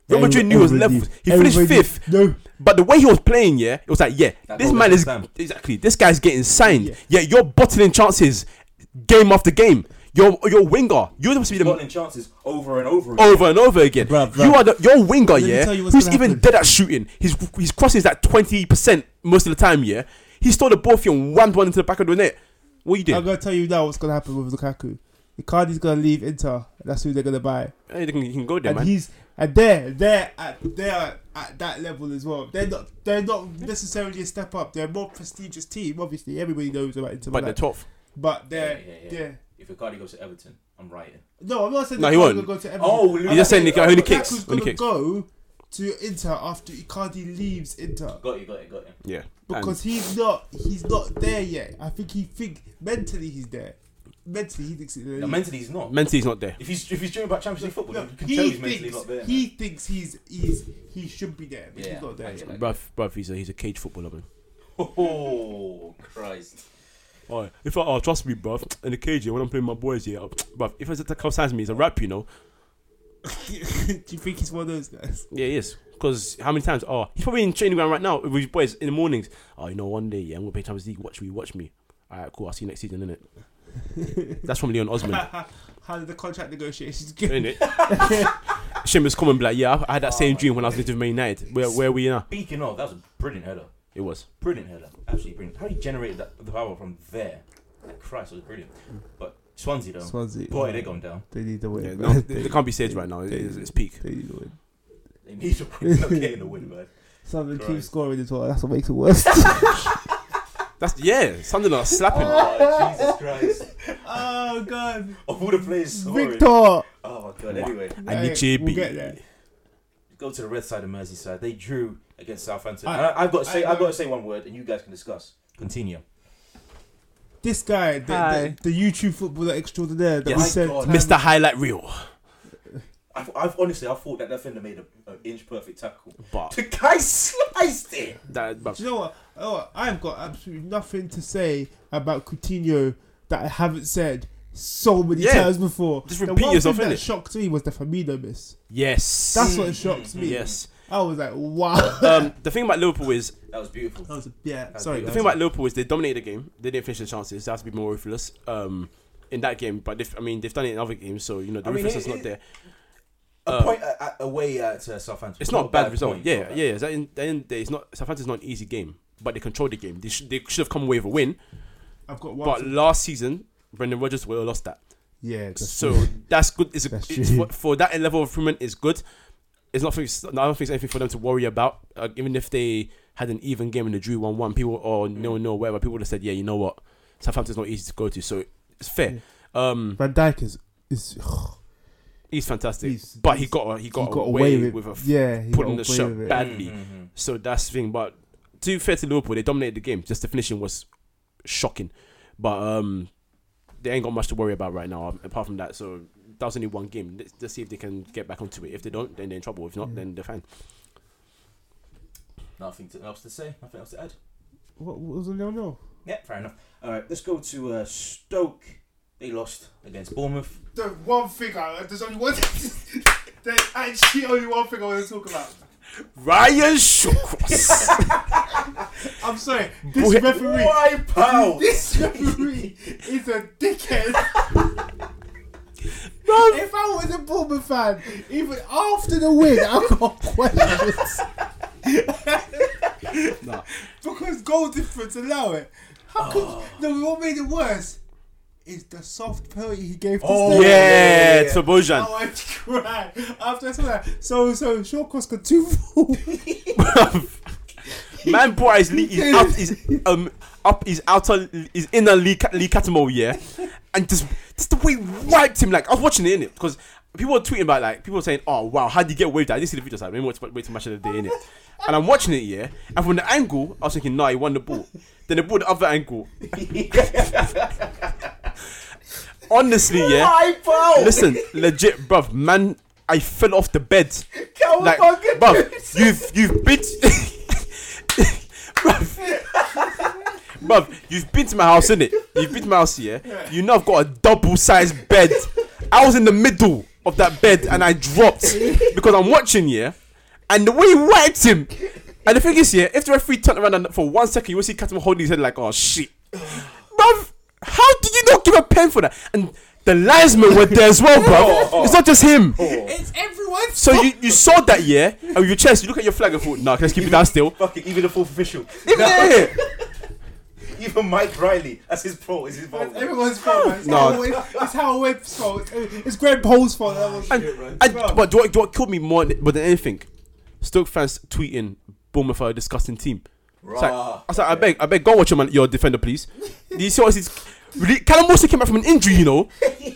Speaker 3: Real Madrid knew his
Speaker 2: Everybody-
Speaker 3: levels. He finished
Speaker 2: everybody-
Speaker 3: fifth.
Speaker 2: No,
Speaker 3: But the way he was playing, yeah, it was like, yeah,
Speaker 1: That
Speaker 3: this
Speaker 1: goal
Speaker 3: man
Speaker 1: against
Speaker 3: is
Speaker 1: Sam.
Speaker 3: exactly this guy's getting signed.
Speaker 2: Yeah.
Speaker 3: Yeah. you're bottling chances game after game. Your your winger, you're supposed to be the
Speaker 1: Scotland chances over and over again.
Speaker 3: over and over again.
Speaker 2: Bruh, bruh.
Speaker 3: You are the your winger,
Speaker 2: me
Speaker 3: yeah,
Speaker 2: tell you what's
Speaker 3: who's
Speaker 2: gonna
Speaker 3: even
Speaker 2: happen.
Speaker 3: dead at shooting. His his crossing is like twenty percent most of the time, yeah. He stole the ball for you and whammed one into the back of the net. What you
Speaker 2: I'm
Speaker 3: doing?
Speaker 2: gonna tell you now what's gonna happen with Lukaku. Icardi's gonna leave Inter. That's who they're gonna buy,
Speaker 3: Hey, you can, you can go there,
Speaker 2: and
Speaker 3: man.
Speaker 2: he's and they're they're at they're at that level as well. They're not they're not necessarily a step up. They're a more prestigious team. Obviously, everybody knows about Inter,
Speaker 3: but
Speaker 2: Milan,
Speaker 3: they're
Speaker 2: but,
Speaker 3: twelfth.
Speaker 2: they're
Speaker 1: Yeah, yeah, yeah.
Speaker 2: they're
Speaker 1: If Icardi goes to Everton, I'm writing.
Speaker 2: no. I'm not saying they're
Speaker 3: No, he
Speaker 2: gonna
Speaker 3: won't.
Speaker 2: go to Everton.
Speaker 1: Oh, Lukaku.
Speaker 3: He's just saying Lukaku only
Speaker 1: Lukaku's
Speaker 3: kicks.
Speaker 2: Lukaku's
Speaker 3: Only
Speaker 2: gonna
Speaker 3: kicks.
Speaker 2: go to Inter after Icardi leaves Inter.
Speaker 1: Got you, got it, got it.
Speaker 3: Yeah.
Speaker 2: because he's not he's not there yet. I think he think mentally he's there. Mentally he thinks he's there.
Speaker 1: No, mentally, he's not.
Speaker 3: And Menti's not there.
Speaker 1: If he's if he's dreaming about Champions League football,
Speaker 2: No,
Speaker 1: you can
Speaker 2: he
Speaker 1: tell he's mentally
Speaker 2: thinks
Speaker 1: not there.
Speaker 2: he thinks he's he's he should be there, but
Speaker 1: Yeah,
Speaker 2: he's not
Speaker 1: I
Speaker 2: there.
Speaker 1: get
Speaker 2: Yet.
Speaker 1: that.
Speaker 3: Bruv, bruv, he's a he's a cage footballer, man.
Speaker 1: Oh Christ!
Speaker 3: Oh, if I oh, trust me, bruv, in the cage here, when I'm playing my boys here, bruv, if it's a tackle signs me, it's a rap, you know.
Speaker 2: Do you think he's one of those guys?
Speaker 3: Yeah, he is. Because how many times? Oh, he's probably in training ground right now with his boys in the mornings. Oh, you know, one day, yeah, I'm gonna play Champions League. Watch me, watch me. All right, cool. I'll see you next season, innit? That's from Leon Osman,
Speaker 2: How did the contract negotiations go?
Speaker 3: innit? Seamus Common, be like, yeah, I- I had that same
Speaker 1: Oh,
Speaker 3: dream when I was living with Man United. Where, where we now?
Speaker 1: Speaking of, that was a brilliant header.
Speaker 3: It was.
Speaker 1: Brilliant header. Absolutely brilliant. How he generated that the power from there? Christ, it was brilliant. But Swansea though,
Speaker 2: Swansea.
Speaker 1: boy, they're going down.
Speaker 2: They need the win.
Speaker 3: Yeah,
Speaker 2: man.
Speaker 3: no, it
Speaker 2: They-
Speaker 3: it can't be said right now. It- It's, it's peak.
Speaker 2: They need the win.
Speaker 1: They need to win. They're getting a win, man.
Speaker 2: Southern keep
Speaker 1: Christ.
Speaker 2: scoring as well. That's what makes it worse.
Speaker 3: That's yeah. Sunderland are slapping.
Speaker 1: Oh Jesus Christ!
Speaker 2: oh god,
Speaker 1: Of all the players, scoring.
Speaker 2: Victor.
Speaker 1: Oh my God. Anyway,
Speaker 3: I need
Speaker 2: Hey,
Speaker 3: JB.
Speaker 2: we'll get there.
Speaker 1: go to the red side of Merseyside. They drew against Southampton.
Speaker 2: I-
Speaker 1: And I, I've got to say,
Speaker 2: I-
Speaker 1: I, have got to say one word, and you guys can discuss. Continue.
Speaker 2: This guy, the, the,
Speaker 3: Hi.
Speaker 2: the YouTube footballer extraordinaire that we
Speaker 3: Yes. Oh,
Speaker 2: said,
Speaker 1: God.
Speaker 2: time
Speaker 3: Mr. Highlight Reel.
Speaker 1: I've, I've honestly, I thought that defender made a- an inch perfect tackle.
Speaker 3: But
Speaker 1: The guy sliced it.
Speaker 3: that, bruv,
Speaker 2: Do you know what? Oh, I've got absolutely nothing to say about Coutinho that I haven't said so many
Speaker 3: Yeah.
Speaker 2: times before.
Speaker 3: Just
Speaker 2: the
Speaker 3: repeat
Speaker 2: one
Speaker 3: yourself,
Speaker 2: thing that
Speaker 3: innit?
Speaker 2: shocked me was the Firmino miss.
Speaker 3: yes.
Speaker 2: That's what shocked me.
Speaker 3: yes.
Speaker 2: I was like, wow.
Speaker 3: Um, the thing about Liverpool is
Speaker 1: That was beautiful.
Speaker 2: That was a- yeah, sorry.
Speaker 3: the thing about Liverpool is they dominated the game. They didn't finish the chances. They have to be more ruthless um, in that game. But they've, I mean, they've done it in other games, so you know the
Speaker 1: I mean,
Speaker 3: ruthlessness
Speaker 1: it-
Speaker 3: is not
Speaker 1: it-
Speaker 3: there.
Speaker 1: A
Speaker 3: Uh,
Speaker 1: point uh, uh, away uh, to Southampton.
Speaker 3: It's not a bad result.
Speaker 1: point.
Speaker 3: Yeah,
Speaker 1: Not
Speaker 3: yeah. Is that in, the end, it's not Southampton's not an easy game, but they controlled the game. They, sh- they should have come away with a win.
Speaker 2: I've got one.
Speaker 3: But last season, Brendan Rodgers would have lost that.
Speaker 2: yeah, that's
Speaker 3: So
Speaker 2: true.
Speaker 3: that's good. It's, a,
Speaker 2: That's
Speaker 3: it's
Speaker 2: true.
Speaker 3: for, for that level of improvement is good. It's not. For, it's not- I don't think it's anything for them to worry about. Uh, even if they had an even game and they drew one one, people or no no whatever, people would have said, yeah, you know what, Southampton's not easy to go to, so it's fair. Um,
Speaker 2: Van Dijk is is
Speaker 3: he's fantastic,
Speaker 2: He's-
Speaker 3: but he got a- he got,
Speaker 2: he got
Speaker 3: away,
Speaker 2: away with,
Speaker 3: with a f-
Speaker 2: yeah, he
Speaker 3: putting
Speaker 2: got
Speaker 3: the
Speaker 2: away
Speaker 3: shot
Speaker 2: with it.
Speaker 3: back.
Speaker 1: bad.
Speaker 3: Badly.
Speaker 1: Mhm.
Speaker 3: so that's the thing. But to be fair to Liverpool, they dominated the game. Just the finishing was shocking, but um, they ain't got much to worry about right now um, apart from that. So that was only
Speaker 1: Mm.
Speaker 3: one game. Let's, let's see if they can get back onto it. If they don't, then they're in trouble. If not,
Speaker 2: Yeah.
Speaker 3: then they're fine.
Speaker 1: Nothing to, else to say. Nothing else to add.
Speaker 4: What, what was the nil nil?
Speaker 1: Yeah, fair enough. All right, let's go to uh, Stoke. They lost against Bournemouth.
Speaker 2: The one thing I there's only one. there's actually only one thing I want to talk about.
Speaker 3: Ryan Shawcross.
Speaker 2: I'm sorry.
Speaker 3: Boy-
Speaker 2: This referee.
Speaker 1: Why, pal?
Speaker 2: This referee is a dickhead.
Speaker 4: If I was a Bournemouth fan, even after the win, I've got questions.
Speaker 2: Because goal difference allow it. How could
Speaker 3: Oh.
Speaker 2: no? What made it worse is the soft penalty he gave to
Speaker 1: Oh,
Speaker 2: Sterling.
Speaker 1: yeah,
Speaker 3: yeah,
Speaker 1: yeah.
Speaker 3: to Bojan.
Speaker 2: Oh, I cried after I saw that. So, so Shawcross got two full.
Speaker 3: Man, boy, is, le- is up is um up his outer his inner Lee, Cat- Lee Catamol, yeah, and just just the way he wiped him. Like I was watching it in it because people were tweeting about like people were saying, "Oh wow, how did he get away with that?" I didn't see the video side. Maybe wait wait till match of the day in it. And I'm watching it, yeah, and from the angle, I was thinking, "Nah, he won the ball." Then they brought the other angle. Honestly, yeah.
Speaker 1: Why, pal?
Speaker 3: Listen, legit, bruv, man, I fell off the bed.
Speaker 1: Come
Speaker 3: Like,
Speaker 1: on, get
Speaker 3: bruv, you've you've been, bruv, bruv, you've been to my house, innit? You've been to my house, yeah. You know I've got a double sized bed. I was in the middle of that bed and I dropped because I'm watching, yeah. And the way he wiped him. And the thing is, yeah, if the referee turned around and for one second, you will see Katam holding his head like, oh shit, bruv. How did you not give a pen for that? And the linesmen were there as well, bruv. It's not just him.
Speaker 2: it's everyone.
Speaker 3: So you, you saw that, yeah? And with your chest, you look at your flag and thought, nah, let's keep it down still.
Speaker 1: Fuck it, even the fourth official.
Speaker 3: Leave it there.
Speaker 1: Even Mike Riley, that's his pro, is his fault.
Speaker 2: It's everyone's fault. Man. It's,
Speaker 3: No.
Speaker 2: how, it's how Webb's fault. It's Greg Pole's fault. That was
Speaker 3: And, and but do what, do what killed me more than, but than anything? Stoke fans tweeting Bournemouth are a disgusting team. It's like, I was like, I beg, I beg, go and watch your, man, your defender, please. you see what he's. Really, Callum Wilson came back from an injury, you know.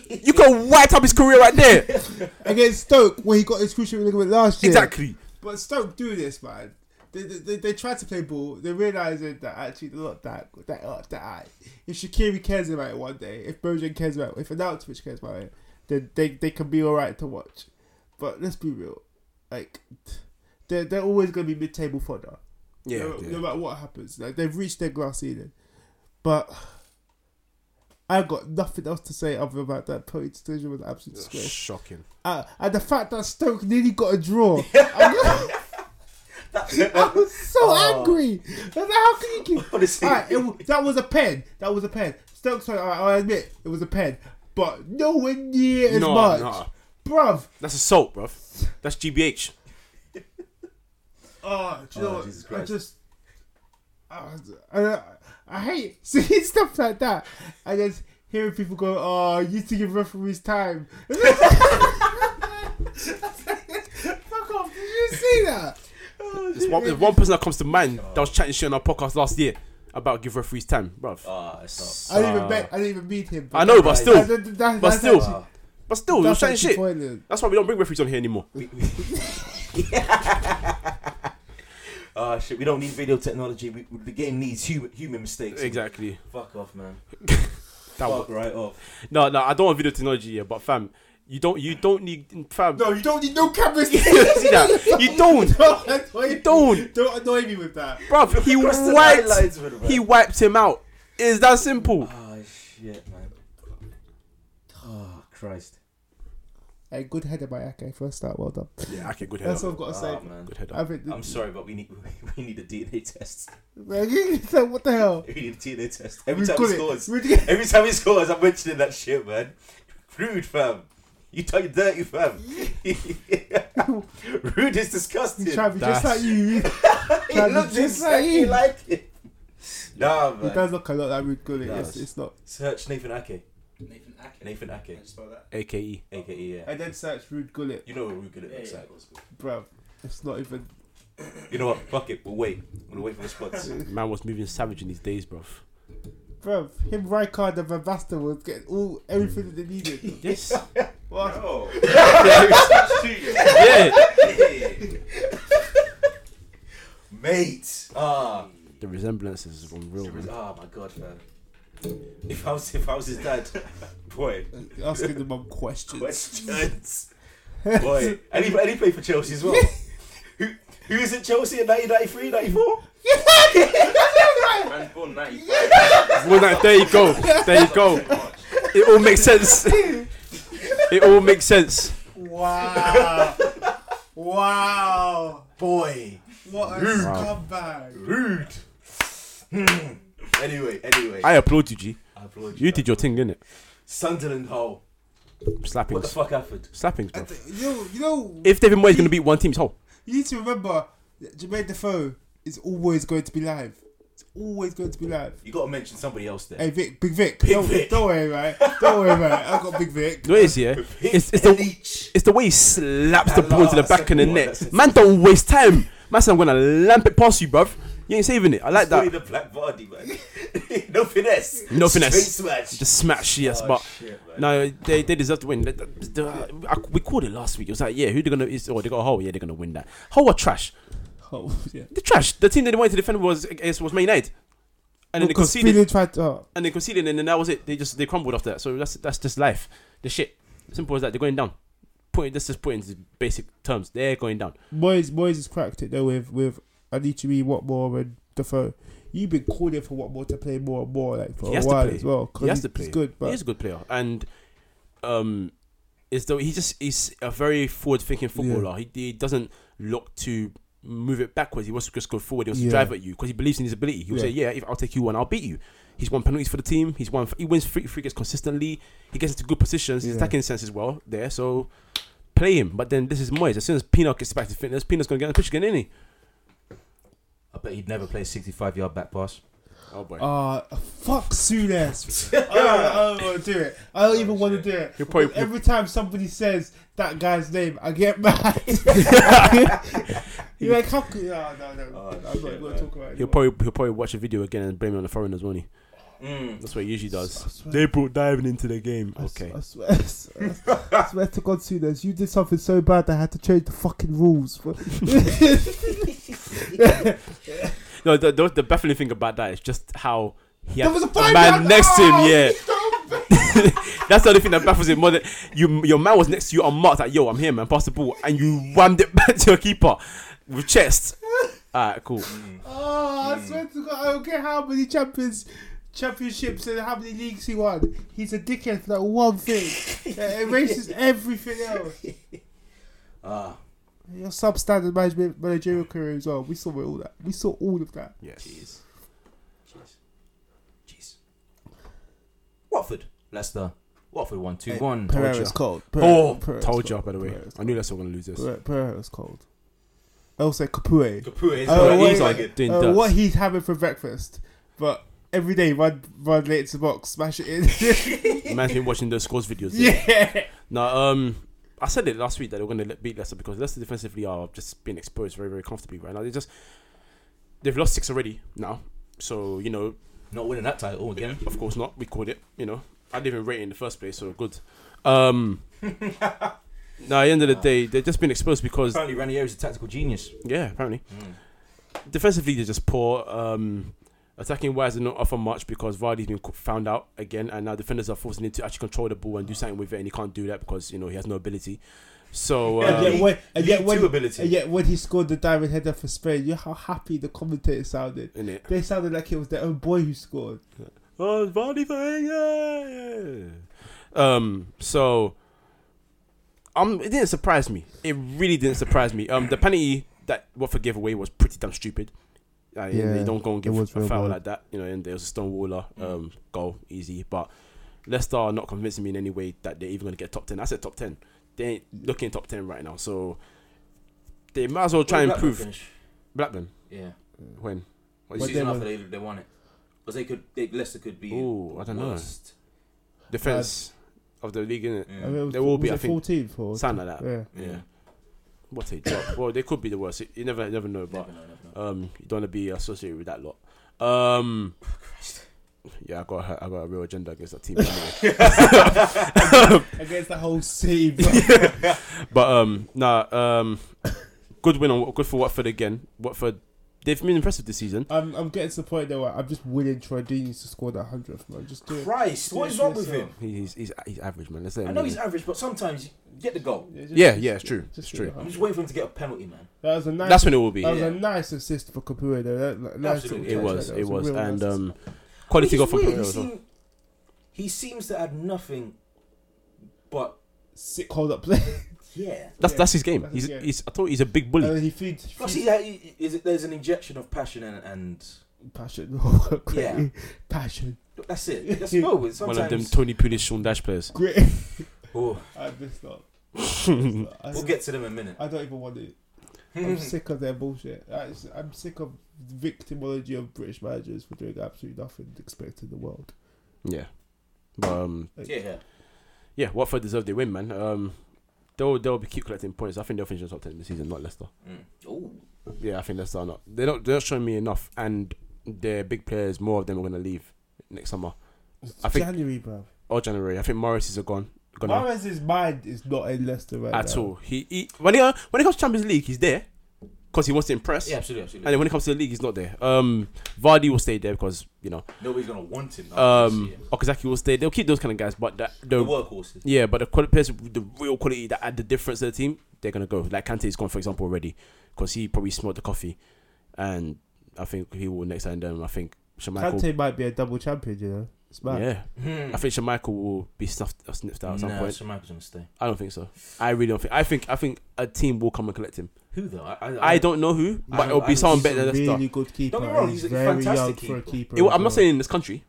Speaker 3: You can wipe up his career right there.
Speaker 4: Against Stoke, where he got his cruciate ligament last year.
Speaker 3: Exactly.
Speaker 2: But Stoke do this, man. They, they, they, they tried to play ball. They realised that actually they're not that that not that. high. If Shakiri cares about it one day, if Bojan cares about it, if Anoutovich cares about it, then they, they can be all right to watch. But let's be real, like they're they're always gonna be mid table fodder.
Speaker 3: Yeah.
Speaker 2: no, no matter what happens, like they've reached their glass ceiling. But I've got nothing else to say other about that penalty decision was absolute disgrace
Speaker 3: Shocking.
Speaker 2: uh, and the fact that Stoke nearly got a draw. I was so
Speaker 1: Oh.
Speaker 2: angry. I was like, how can you keep?
Speaker 1: Honestly.
Speaker 2: Alright, it wa- that was a pen. That was a pen. Stoke's pen. alright, I'll admit it was a pen, but nowhere near as
Speaker 3: Nah,
Speaker 2: much,
Speaker 3: nah.
Speaker 2: bruv.
Speaker 3: That's assault, bruv. That's GBH.
Speaker 2: Oh, do you
Speaker 1: Oh,
Speaker 2: know what?
Speaker 1: Jesus
Speaker 2: I
Speaker 1: Christ.
Speaker 2: just, I, I, I hate seeing stuff like that. I just hearing people go, "Oh, you to give referees time." Fuck off! Did you see that?
Speaker 3: There's one, there's one person that comes to mind that was chatting shit on our podcast last year about give referees time, bruv.
Speaker 1: Ah, it's
Speaker 2: I didn't
Speaker 3: Uh,
Speaker 2: even bet. I didn't even meet him.
Speaker 3: I know, but still,
Speaker 2: That- that- that-
Speaker 3: but
Speaker 2: that's
Speaker 3: still,
Speaker 1: not. Ah,
Speaker 3: but still, you're
Speaker 2: that's
Speaker 3: chatting
Speaker 2: actually
Speaker 3: shit.
Speaker 2: pointless.
Speaker 3: That's why we don't bring referees on here anymore.
Speaker 1: we, we, Ah, shit, we don't need video technology. We, the game needs human, human mistakes.
Speaker 3: Exactly.
Speaker 1: Fuck off, man.
Speaker 3: That
Speaker 1: Fuck
Speaker 3: was,
Speaker 1: right off.
Speaker 3: no, no, I don't want video technology here, but fam, you don't, you don't need fam.
Speaker 2: No, you don't need no cameras.
Speaker 3: you see that? You don't,
Speaker 2: don't, annoy
Speaker 3: you
Speaker 2: me.
Speaker 3: don't,
Speaker 2: Don't annoy me with that.
Speaker 3: bruv. He
Speaker 1: Press the
Speaker 3: wiped,
Speaker 1: highlights, man.
Speaker 3: he wiped him out. Is that simple?
Speaker 1: Ah, shit, man. Oh, Christ.
Speaker 2: Hey, good header by Ake. First eh, start, well done.
Speaker 3: Yeah, okay, good head
Speaker 2: That's
Speaker 3: up.
Speaker 2: all I've got to say.
Speaker 1: Ah, man.
Speaker 3: Good head
Speaker 2: I
Speaker 3: up.
Speaker 2: think.
Speaker 1: I'm sorry, but we need we need a DNA test.
Speaker 2: so what the hell?
Speaker 1: We need a DNA test every
Speaker 2: We've
Speaker 1: time he
Speaker 2: got it.
Speaker 1: scores.
Speaker 2: We've got-
Speaker 1: Every time he scores, I'm mentioning that shit, man. Rude, fam. You talk dirty, fam. Rude is disgusting.
Speaker 2: He's trying to be just
Speaker 3: That's-
Speaker 2: like you.
Speaker 1: He
Speaker 2: trying to
Speaker 1: looks
Speaker 2: just
Speaker 1: exactly
Speaker 2: like
Speaker 1: like it. Nah,
Speaker 2: He
Speaker 1: man.
Speaker 2: does look a lot like Rude Gullit. It's,
Speaker 1: Yes.
Speaker 2: it's not.
Speaker 1: Search Nathan Ake.
Speaker 5: Nathan Ake.
Speaker 1: Nathan Ake.
Speaker 5: Can you spell that?
Speaker 3: AKE.
Speaker 1: Ake, yeah.
Speaker 2: And then search Rude Gullit,
Speaker 1: You know what Rude it
Speaker 5: Yeah,
Speaker 1: looks
Speaker 5: yeah,
Speaker 1: like.
Speaker 5: of course, of course.
Speaker 2: bruv. It's not even.
Speaker 1: You know what? Fuck it. We'll wait. We'll wait for response.
Speaker 3: Man was moving savage in these days, bruv.
Speaker 2: Bruv, him, Rijkaard, and Van Basten was getting all everything that they needed.
Speaker 3: Yes.
Speaker 2: Well,
Speaker 5: Oh,
Speaker 3: yeah.
Speaker 1: Mate. Ah.
Speaker 3: The resemblance is unreal. Man.
Speaker 1: Oh my god, man. If I was if I was his dad, boy,
Speaker 2: asking the mum questions.
Speaker 1: questions. boy, and he, and he played for Chelsea as well. Who who is at Chelsea in 1993, 94?
Speaker 6: Man's born 95.
Speaker 3: Well, like, there you go. There you go. It all makes sense. It all makes sense.
Speaker 2: Wow. wow.
Speaker 1: Boy,
Speaker 2: What a scumbag.
Speaker 1: rude. Hmm. Anyway, anyway,
Speaker 3: I applaud you, G.
Speaker 1: I applaud
Speaker 3: You did your thing, didn't it?
Speaker 1: Sunderland Hull. What the
Speaker 3: Slappings.
Speaker 1: fuck happened?
Speaker 3: Slappings, bro.
Speaker 2: You know, you know,
Speaker 3: If David Moyes going to beat one team, it's whole.
Speaker 2: you need to remember that Jermaine Defoe is always going to be live. It's always going to be live.
Speaker 1: You got to mention somebody else there.
Speaker 2: Hey Vic, Big Vic,
Speaker 1: Big
Speaker 2: don't,
Speaker 1: Vic.
Speaker 2: don't worry, right? Don't worry, right? I got Big Vic.
Speaker 3: The way it is, yeah? It's, it's, the,
Speaker 1: Leach.
Speaker 3: it's the way he slaps the
Speaker 1: That
Speaker 3: ball into the
Speaker 1: last
Speaker 3: back of the
Speaker 1: second one,
Speaker 3: net.
Speaker 1: that's-
Speaker 3: Man, don't waste time. Man, said, I'm going to lamp it past you, bruv. You ain't saving it. I like
Speaker 1: Fully
Speaker 3: that.
Speaker 1: the black body, man. no finesse.
Speaker 3: No finesse.
Speaker 1: Straight smash.
Speaker 3: Just smash, yes,
Speaker 1: Oh,
Speaker 3: but
Speaker 1: shit, man.
Speaker 3: no, they, they deserve to win. The- the- the- I- we called it last week. It was like, yeah, who they gonna? Is, oh, they got a hole. Yeah, they're gonna win that. Hole are trash.
Speaker 2: Oh, yeah.
Speaker 3: They're trash. The team that they wanted to defend was against was Man United, and then they
Speaker 2: Because
Speaker 3: conceded,
Speaker 2: Phelan tried to. oh,
Speaker 3: and they conceded, and then that was it. They just they crumbled after that. So that's that's just life. The shit. Simple as that. They're going down. Point. Let's just put it into basic terms. They're going down.
Speaker 2: Moyes, Moyes has cracked it though with with Anichiri, Watmore, and Defoe. You've been calling for Watmore to play more and more like for
Speaker 3: He
Speaker 2: a
Speaker 3: has to
Speaker 2: while
Speaker 3: play.
Speaker 2: as well. 'cause
Speaker 3: He has
Speaker 2: he's-
Speaker 3: to play.
Speaker 2: He's good,
Speaker 3: He
Speaker 2: but
Speaker 3: is a good player, and um, is though he just he's a very forward-thinking footballer. He, he doesn't look to move it backwards. He wants to just go forward. He wants to
Speaker 2: Yeah.
Speaker 3: drive at you because he believes in his ability. He'll say, "Yeah, if I'll take you one, I'll beat you." He's won penalties for the team. He's won. He wins free free kicks consistently. He gets into good positions. His
Speaker 2: Yeah.
Speaker 3: attacking sense is well there. So play him. But then this is Moyes. As soon as Pino gets back to fitness, Pino's gonna get on the pitch again, isn't he?
Speaker 1: I bet he'd never play a 65 yard back pass.
Speaker 3: Oh boy.
Speaker 2: Uh, fuck Souness. I don't, I don't want to do it. I
Speaker 1: Oh,
Speaker 2: don't even want to do it.
Speaker 3: He'll probably-
Speaker 2: Because every time somebody says that guy's name, I get mad. You're like, how could. No, no, no.
Speaker 1: Oh,
Speaker 2: I'm
Speaker 1: shit,
Speaker 2: not even going
Speaker 1: man.
Speaker 2: to talk about it.
Speaker 3: He'll probably he'll probably watch a video again and blame it on the foreigners, won't he?
Speaker 1: Mm.
Speaker 3: That's what he usually does.
Speaker 2: I swear.
Speaker 3: They brought diving into the game.
Speaker 2: I s-
Speaker 3: Okay.
Speaker 2: I swear, I swear, I swear to God, Souness, you did something so bad that I had to change the fucking rules. For...
Speaker 1: Mm.
Speaker 3: No, the, the, the baffling thing about that is just how he had
Speaker 2: There was a
Speaker 3: a
Speaker 2: five
Speaker 3: man
Speaker 2: yard-
Speaker 3: next to him.
Speaker 2: Oh,
Speaker 3: Yeah, that's the only thing that baffles him more than you. Your man was next to you on mark like, "Yo, I'm here, man. Pass the ball," and you whammed it back to your keeper with chest. Alright, cool.
Speaker 2: Oh,
Speaker 1: Mm.
Speaker 2: I swear to God, I don't care how many champions, championships and how many leagues he won. He's a dickhead for that one thing. it erases everything else.
Speaker 1: Ah,
Speaker 2: Your substandard management, managerial career as well. We saw it all that. We saw all of that.
Speaker 3: Yes.
Speaker 1: jeez. Jeez. Watford. Leicester. Watford 1 2 1.
Speaker 2: Pereira's cold.
Speaker 3: Oh,
Speaker 2: Pereira's
Speaker 3: Told you,
Speaker 2: cold.
Speaker 3: by the way.
Speaker 2: Pereira's
Speaker 3: I knew that's what we're gonna lose this.
Speaker 2: cold. Pere- Pereira's cold. Also, Kapue.
Speaker 1: Kapua is
Speaker 2: Oh,
Speaker 1: oh,
Speaker 2: wait,
Speaker 1: he's
Speaker 2: wait.
Speaker 1: like
Speaker 3: Doing
Speaker 2: Uh,
Speaker 3: dirt.
Speaker 2: what he's having for breakfast, but every day run, run late to the box, smash it in.
Speaker 3: Man's been watching the scores videos.
Speaker 2: yeah.
Speaker 3: No, um, I said it last week that they were going to beat Leicester because Leicester defensively are just being exposed very, very comfortably right now. They just they've lost six already now, so you know,
Speaker 1: not winning that title again.
Speaker 3: of course not. We called it, you know. I didn't even rate it in the first place, so good. Um, now, at the end of the day, they've just been exposed because
Speaker 1: Apparently, Ranieri's a tactical genius.
Speaker 3: yeah, apparently defensively they're just poor. Um, attacking wise, they're not offer much because Vardy's been co- found out again, and now defenders are forcing him to actually control the ball and do something with it, and he can't do that because you know he has no ability. So
Speaker 1: And
Speaker 3: uh,
Speaker 1: yet-
Speaker 2: when, and yet
Speaker 1: League
Speaker 2: when-
Speaker 1: two ability.
Speaker 2: And yet, when he scored the diamond header for Spain, you know how happy the commentators sounded.
Speaker 3: in it,
Speaker 2: They sounded like it was their own boy who scored.
Speaker 3: oh it's Vardy thing, yeah. Um, so um, it didn't surprise me. It really didn't surprise me. Um, the penalty that Watford gave away was pretty damn stupid. Like,
Speaker 2: Yeah,
Speaker 3: they don't go and
Speaker 2: it
Speaker 3: give a
Speaker 2: was
Speaker 3: foul
Speaker 2: real bad.
Speaker 3: like that, you know. And there was a stonewaller um, goal, easy. But Leicester are not convincing me in any way that they're even going to get top ten. I said top ten. They ain't looking top ten right now, so they might as well try and
Speaker 1: Blackburn
Speaker 3: prove
Speaker 1: finish.
Speaker 3: Blackburn
Speaker 1: Yeah.
Speaker 3: when.
Speaker 1: Well,
Speaker 2: But
Speaker 1: season
Speaker 2: they
Speaker 1: after
Speaker 2: were-
Speaker 1: they, they won it. Because they could, they, Leicester could be.
Speaker 3: Ooh, I don't know.
Speaker 1: worst.
Speaker 3: Defense of the league, innit?
Speaker 1: Yeah.
Speaker 2: I mean, it was,
Speaker 3: There will
Speaker 2: was
Speaker 3: be,
Speaker 2: it
Speaker 3: I think.
Speaker 2: 14th or
Speaker 3: Sound like that.
Speaker 2: yeah.
Speaker 1: Yeah.
Speaker 3: What a job. well, they could be the worst. You never, you never know. But
Speaker 1: Never know, never know.
Speaker 3: um, you don't want to be associated with that lot. Um, yeah, I got, a, I got a real agenda against that team. by the way.
Speaker 2: against the whole city. bro.
Speaker 3: But um, nah, um, good win on good for Watford again. Watford, they've been impressive this season.
Speaker 2: I'm, I'm getting to the point though. where I'm just willing Troy Deeney to score that hundredth man. Just do it.
Speaker 1: Christ, what is wrong with him?
Speaker 3: He's he's he's average, man. Let's let him
Speaker 1: I know
Speaker 3: be.
Speaker 1: he's average, but sometimes get the goal.
Speaker 2: just-
Speaker 3: Yeah, yeah, it's true.
Speaker 2: just
Speaker 3: It's
Speaker 2: do it.
Speaker 3: true.
Speaker 1: I'm just waiting for him to get a penalty, man.
Speaker 2: That was a nice.
Speaker 3: That's when it will be.
Speaker 2: that was
Speaker 1: yeah.
Speaker 2: a nice assist for Kapuya. Though. That, like, nice
Speaker 1: Absolutely.
Speaker 2: little
Speaker 3: It was.
Speaker 2: touch,
Speaker 3: It
Speaker 2: that
Speaker 3: was.
Speaker 2: a real
Speaker 3: And
Speaker 2: nice
Speaker 3: um,
Speaker 1: Which
Speaker 3: quality
Speaker 1: is
Speaker 3: goal from
Speaker 1: weird,
Speaker 3: Pereira
Speaker 1: he,
Speaker 3: as well.
Speaker 1: seem- he seems to have nothing, but
Speaker 2: sick hold up play.
Speaker 1: yeah. Uh,
Speaker 3: That's
Speaker 2: yeah,
Speaker 3: that's his game.
Speaker 2: that's his
Speaker 3: He's,
Speaker 2: game.
Speaker 3: he's I thought he's a big
Speaker 2: and
Speaker 3: bully.
Speaker 2: then he feeds,
Speaker 1: Plus,
Speaker 2: feeds
Speaker 1: he, he, is it, there's an injection of passion and, and
Speaker 2: passion. great
Speaker 1: Yeah.
Speaker 2: passion.
Speaker 1: that's it. That's no. it's
Speaker 3: One of them
Speaker 1: Sometimes
Speaker 3: Tony Pulis, Sean Dash players.
Speaker 2: Great.
Speaker 1: oh,
Speaker 2: I missed up. I,
Speaker 1: we'll get to them in a minute.
Speaker 2: I don't even want it. I'm
Speaker 1: Mhm.
Speaker 2: sick of their bullshit. I- I'm sick of the victimology of British managers for doing absolutely nothing expected in the world.
Speaker 3: Yeah, but um,
Speaker 1: yeah, yeah.
Speaker 3: yeah, Watford deserved their win, man. Um, they'll they'll be keep collecting points. I think they'll finish in the top ten this season, not Leicester.
Speaker 1: Mm. Oh,
Speaker 3: Yeah, I think Leicester are not. They're not. They're not showing me enough, and their big players, more of them are going to leave next summer
Speaker 2: It's
Speaker 3: I think-
Speaker 2: January, bro.
Speaker 3: or January. I think Morris is a gone. Gone now
Speaker 2: Mahrez's mind is not in Leicester right
Speaker 3: at
Speaker 2: now.
Speaker 3: all. He, he when he uh, when it comes to Champions League, he's there because he wants to impress.
Speaker 1: yeah, absolutely,
Speaker 3: And
Speaker 1: absolutely.
Speaker 3: then when it comes to the league, he's not there. Um, Vardy will stay there because you know
Speaker 1: Nobody's gonna want him. now,
Speaker 3: um,
Speaker 1: obviously, yeah.
Speaker 3: Okazaki will stay. They'll keep those kind of guys, but that,
Speaker 1: the
Speaker 3: the,
Speaker 1: workhorses.
Speaker 3: yeah, but the quali- players with the real quality that add the difference to the team, they're gonna go. Like Kante is gone, for example, already because he probably smoked the coffee, and I think he will next time. Then I think Shamichael,
Speaker 2: Kante might be a double champion, you know. It's mad.
Speaker 3: yeah,
Speaker 1: Hmm.
Speaker 3: I think Shamichael will be snuffed, uh, sniffed out at some
Speaker 1: Nah,
Speaker 3: point.
Speaker 1: Schumacher's gonna stay.
Speaker 3: I don't think so. I really don't think. I think I think a team will come and collect him.
Speaker 1: Who though? I, I,
Speaker 3: I don't know who,
Speaker 1: I
Speaker 3: but
Speaker 1: don't-
Speaker 3: it'll
Speaker 1: I
Speaker 3: be
Speaker 1: don't
Speaker 3: someone
Speaker 1: see
Speaker 3: better than Leicester.
Speaker 2: Really good keeper.
Speaker 1: Don't get me wrong,
Speaker 2: He's,
Speaker 1: he's a
Speaker 2: very young
Speaker 1: fantastic
Speaker 2: for a
Speaker 1: keeper.
Speaker 2: keeper.
Speaker 3: It will-
Speaker 2: as
Speaker 3: I'm
Speaker 2: well.
Speaker 3: not saying in this country.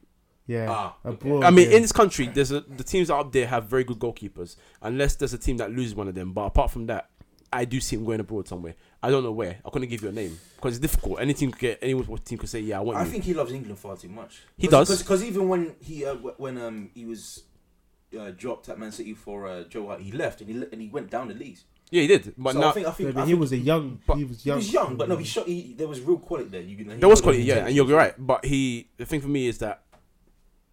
Speaker 2: Yeah.
Speaker 1: Ah, okay.
Speaker 2: Abroad,
Speaker 3: I mean,
Speaker 2: yeah.
Speaker 3: in this country, there's a, the teams out there have very good goalkeepers, unless there's a team that loses one of them. But apart from that, I do see him going abroad somewhere. I don't know where. I couldn't give you a name because it's difficult. Any team could get any team could say, "Yeah, I want
Speaker 1: I
Speaker 3: you."
Speaker 1: think he loves England far too much.
Speaker 3: He does.
Speaker 1: because even when he uh, w- when um he was uh, dropped at Man City for uh, Joe Hart, he left and he le- and he went down the leagues.
Speaker 3: yeah, he did, but
Speaker 1: so
Speaker 3: now
Speaker 1: I think I think, I
Speaker 2: Yeah, but he
Speaker 1: think
Speaker 2: was a young.
Speaker 3: but-
Speaker 2: he was
Speaker 1: he
Speaker 2: young.
Speaker 1: was young, but no, he shot. He, there was real quality there. You, can- he
Speaker 3: there was
Speaker 1: got
Speaker 3: quality.
Speaker 1: the
Speaker 3: Yeah, and you're
Speaker 1: potential.
Speaker 3: right. But he, the thing for me is that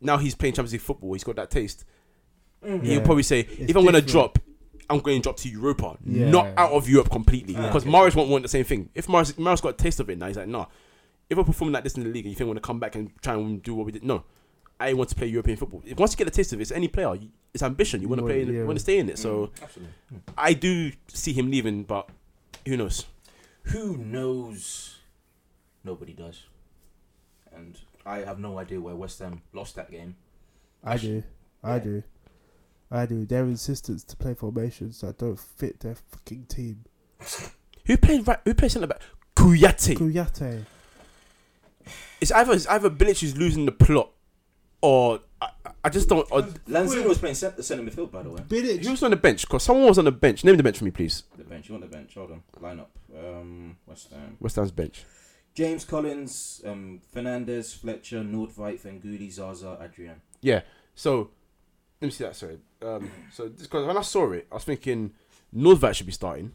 Speaker 3: now he's playing Champions League football. He's got that taste.
Speaker 1: Mm.
Speaker 2: Yeah.
Speaker 3: He'll probably say, "If I'm going to
Speaker 2: different.
Speaker 3: drop." I'm going to drop to Europa,
Speaker 2: Yeah.
Speaker 3: not out of Europe completely,
Speaker 1: Ah,
Speaker 3: because
Speaker 1: okay.
Speaker 3: Morris won't want the same thing. If Morris, Morris got a taste of it now, he's like, nah, if we're performing like this in the league and you think we're going to come back and try and do what we did, no. I want to play European football. If- Once you get a taste of it, it's any player, you- it's ambition. You want to
Speaker 2: You
Speaker 3: play,
Speaker 2: want-
Speaker 3: in
Speaker 2: yeah.
Speaker 3: you want to stay in it. So
Speaker 1: Mm, absolutely.
Speaker 3: I do see him leaving, but who knows?
Speaker 1: Who knows? Nobody does. And I have no idea where West Ham lost that game.
Speaker 2: I do. I
Speaker 1: Yeah.
Speaker 2: do. I do. Their insistence to play formations that don't fit their fucking team.
Speaker 3: Who played right? Who played centre back? Kuyate.
Speaker 2: Kuyate.
Speaker 3: It's either it's either Bilic who's losing the plot, or I, I- I just don't. Or,
Speaker 1: Lanzini was playing centre, centre midfield, by the way.
Speaker 3: who
Speaker 2: Bilic.
Speaker 3: was on the bench? Because someone was on the bench. Name the bench for me, please.
Speaker 1: The bench. You want the bench? Hold on. Line up. Um, West Ham.
Speaker 3: West Ham's bench.
Speaker 1: James Collins, um, Fernandez, Fletcher, Nordveit, Fenguli, Zaza, Adrian.
Speaker 3: Yeah. So let me see that. Sorry. Um, so because when I saw it, I was thinking Nordvat should be starting,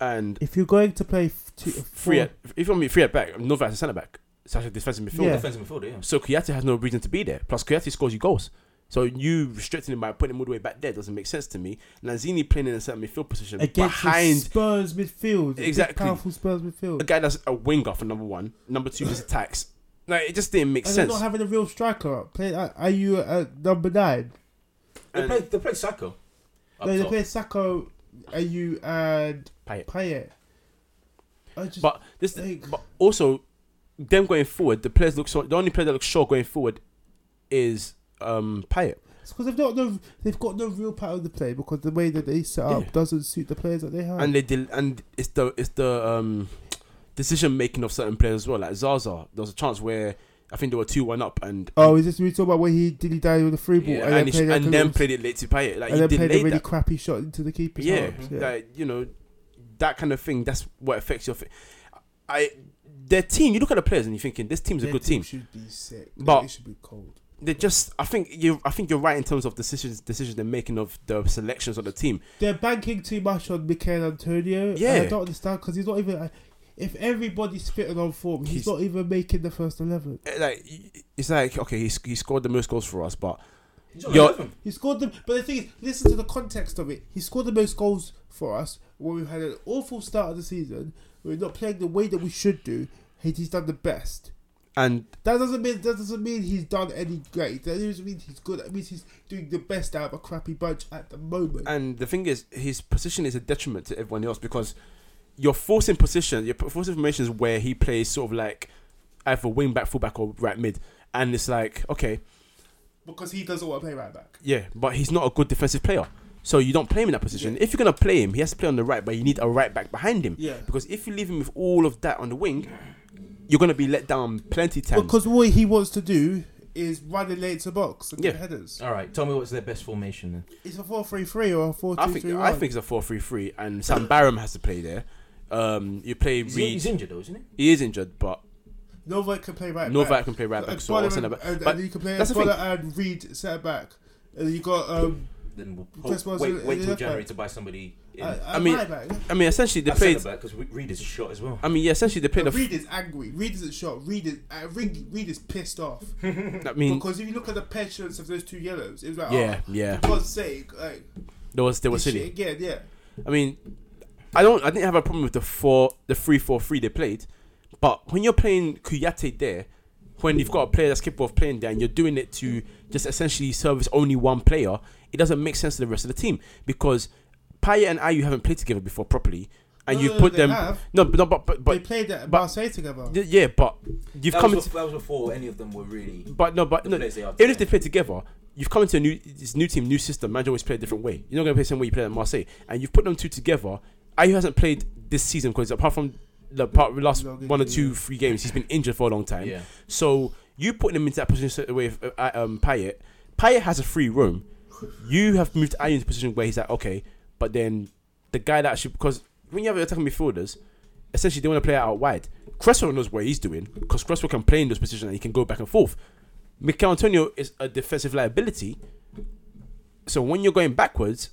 Speaker 3: and
Speaker 2: If you're going to play f- two,
Speaker 3: free at if I'm free at back, Nordvat's a centre back. It's actually a defensive midfielder.
Speaker 2: Yeah.
Speaker 1: Defensive midfielder, yeah.
Speaker 3: So Kuyate has no reason to be there. Plus Kuyate scores you goals. So you restricting him by putting him all the way back there doesn't make sense to me. Lanzini playing in a centre midfield position
Speaker 2: against the
Speaker 3: behind
Speaker 2: Spurs midfield, the
Speaker 3: Exactly.
Speaker 2: powerful Spurs
Speaker 3: a
Speaker 2: midfield,
Speaker 3: guy that's a winger for number one, number two is attacks. Like it just didn't make
Speaker 2: and they're
Speaker 3: sense.
Speaker 2: not having a real striker. Play, uh, are are you at number nine?
Speaker 1: They
Speaker 3: And-
Speaker 1: played. They played Sacco. Up
Speaker 2: no, they
Speaker 1: top.
Speaker 2: play Sacco. Are you and
Speaker 3: Payet.
Speaker 2: Payet? I just
Speaker 3: But this,
Speaker 2: Like-
Speaker 3: but also, them going forward, the players look so. The only player that looks short going forward is um Payet.
Speaker 2: it's because they've not no, they've got no real power to play because the way that they set up
Speaker 3: Yeah.
Speaker 2: doesn't suit the players that they have.
Speaker 3: and they del- and it's the it's the um decision making of certain players as well. Like Zaza, there was a chance where I think they were two one up and
Speaker 2: oh, is this we talk about where he did he died with a free ball
Speaker 3: yeah,
Speaker 2: and,
Speaker 3: and, he sh-
Speaker 2: then played,
Speaker 3: and
Speaker 2: like, a
Speaker 3: then
Speaker 2: little-
Speaker 3: played it late to Payet. Like
Speaker 2: and
Speaker 3: he
Speaker 2: then played a
Speaker 3: delayed
Speaker 2: really
Speaker 3: that.
Speaker 2: crappy shot into the keeper's
Speaker 3: Yeah,
Speaker 2: arms.
Speaker 3: like you know, that kind of thing. That's what affects your. Fi- I their team. You look at the players and you're thinking this team's a
Speaker 2: Their
Speaker 3: good team.
Speaker 2: Should be sick.
Speaker 3: But-
Speaker 2: it should be cold.
Speaker 3: They just. I think you. I think you're right in terms of decisions. Decisions they're making of the selections of the team.
Speaker 2: they're banking too much on Mikel Antonio. and
Speaker 3: Yeah.
Speaker 2: I don't understand because he's not even. I- If everybody's fit and on form, he's,
Speaker 3: He's-
Speaker 2: not even making the first eleven.
Speaker 3: Eh, like y- it's like okay, he, sc- he scored the most goals for us, but
Speaker 1: He's not
Speaker 3: Yo-
Speaker 1: eleven.
Speaker 2: He scored them, but the thing is, listen to the context of it. He scored the most goals for us when we've had an awful start of the season. We're not playing the way that we should do. and He's done the best.
Speaker 3: And
Speaker 2: That doesn't mean that doesn't mean he's done any great. That doesn't mean he's good. That means he's doing the best out of a crappy bunch at the moment.
Speaker 3: and the thing is, his position is a detriment to everyone else because you're forcing position, you're forcing formations where he plays sort of like either wing back, full back, or right mid, and it's like okay,
Speaker 2: because he doesn't want to play right back.
Speaker 3: yeah, but he's not a good defensive player, so you don't play him in that position. If you're gonna play him, he has to play on the right, but you need a right back behind him
Speaker 2: Yeah.
Speaker 3: because if you leave him with all of that on the wing, you're gonna be let down plenty times.
Speaker 2: Because what he wants to do is run in late to box and get
Speaker 3: Yeah. Uh,
Speaker 2: headers.
Speaker 1: All right, tell me what's their best formation then.
Speaker 2: It's a four-three-three or a
Speaker 3: I think
Speaker 2: four-two-three-one.
Speaker 3: I think it's a four-three-three, and Sam Barham has to play there. Um, you play
Speaker 1: He's,
Speaker 3: Reed.
Speaker 1: he's injured though, isn't he?
Speaker 3: He is injured, but
Speaker 2: Novak can play right
Speaker 3: Novak
Speaker 2: back.
Speaker 3: can play right back,
Speaker 2: And
Speaker 3: so I'll
Speaker 2: Bonner
Speaker 3: send
Speaker 2: and,
Speaker 3: her back.
Speaker 2: and,
Speaker 3: But
Speaker 2: and you can play
Speaker 3: that's the thing.
Speaker 2: Bonner and Reed set back. And you got um,
Speaker 1: Then we'll
Speaker 2: Chris
Speaker 1: hope,
Speaker 2: Wells
Speaker 1: wait,
Speaker 2: is-
Speaker 1: wait
Speaker 2: is
Speaker 1: till
Speaker 2: left
Speaker 1: January
Speaker 2: back.
Speaker 1: to buy somebody in.
Speaker 2: uh,
Speaker 1: at
Speaker 2: uh,
Speaker 3: mean,
Speaker 2: right back.
Speaker 3: I mean, essentially they played.
Speaker 1: centre back because Reed is shot as well.
Speaker 3: I mean, yeah, essentially they played. A,
Speaker 2: Reed is angry. Reed isn't shot. Reed is uh, Reed, Reed is pissed off
Speaker 3: I mean,
Speaker 2: because if you look at the petulance of those two yellows, it was like
Speaker 3: yeah,
Speaker 2: oh,
Speaker 3: yeah.
Speaker 2: for God's sake, like
Speaker 3: They was they were
Speaker 2: this shit
Speaker 3: silly.
Speaker 2: again, yeah.
Speaker 3: I mean, I don't. I didn't have a problem with the four, the three, four, three they played, but when you're playing Kuyate there, when you've got a player that's capable of playing there, and you're doing it to just essentially service only one player, it doesn't make sense to the rest of the team because Paya and Ayu haven't played together before properly, and
Speaker 2: No,
Speaker 3: you
Speaker 2: no, no,
Speaker 3: put
Speaker 2: they
Speaker 3: them.
Speaker 2: have.
Speaker 3: No, but no, but but,
Speaker 2: they
Speaker 3: but
Speaker 2: played at
Speaker 3: but-
Speaker 2: Marseille together.
Speaker 3: y- yeah, but you've
Speaker 1: That,
Speaker 3: come.
Speaker 1: was
Speaker 3: into-
Speaker 1: before, that was before any of them were really.
Speaker 3: But no, but
Speaker 1: The
Speaker 3: no,
Speaker 1: players they are
Speaker 3: even if they play together, you've come into a new this new team, new system. Manager always play a different way. You're not going to play the same way you play at Marseille, and you've put them two together. Ayu hasn't played this season because apart from the part last
Speaker 2: Long
Speaker 3: one or
Speaker 2: injury,
Speaker 3: two,
Speaker 2: yeah.
Speaker 3: three games, he's been injured for a long time.
Speaker 1: Yeah.
Speaker 3: So you putting him into that position straight away with uh, um, Payet. Payet has a free room. You have moved Ayu into a position where he's like, okay, but then the guy that should because when you have attacking midfielders, essentially they want to play out wide. Cresswell knows what he's doing because Cresswell can play in those positions and he can go back and forth. Mikel Antonio is a defensive liability. So when you're going backwards,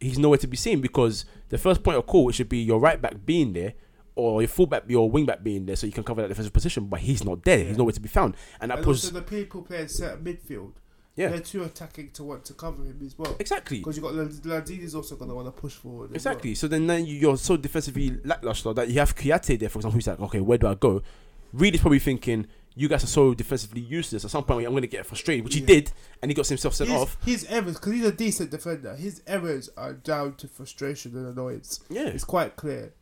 Speaker 3: he's nowhere to be seen because the first point of call should be your right back being there or your fullback, your wing back being there so you can cover that defensive position, but he's not there. He's nowhere to be found. And that
Speaker 2: and
Speaker 3: puts.
Speaker 2: also the people playing set midfield.
Speaker 3: Yeah.
Speaker 2: They're too attacking to want to cover him as well.
Speaker 3: Exactly.
Speaker 2: Because you got Landini's also gonna want to push forward. as well.
Speaker 3: Exactly. So then, then you- you're so defensively lackluster that you have Kiate there, for example, who's like, okay, where do I go? Reed is probably thinking, you guys are so defensively useless. At some point, I'm going to get frustrated, which he
Speaker 2: Yeah.
Speaker 3: did, and he got himself sent
Speaker 2: his,
Speaker 3: off.
Speaker 2: His errors, because he's a decent defender, his errors are down to frustration and annoyance.
Speaker 3: Yeah.
Speaker 2: It's quite clear.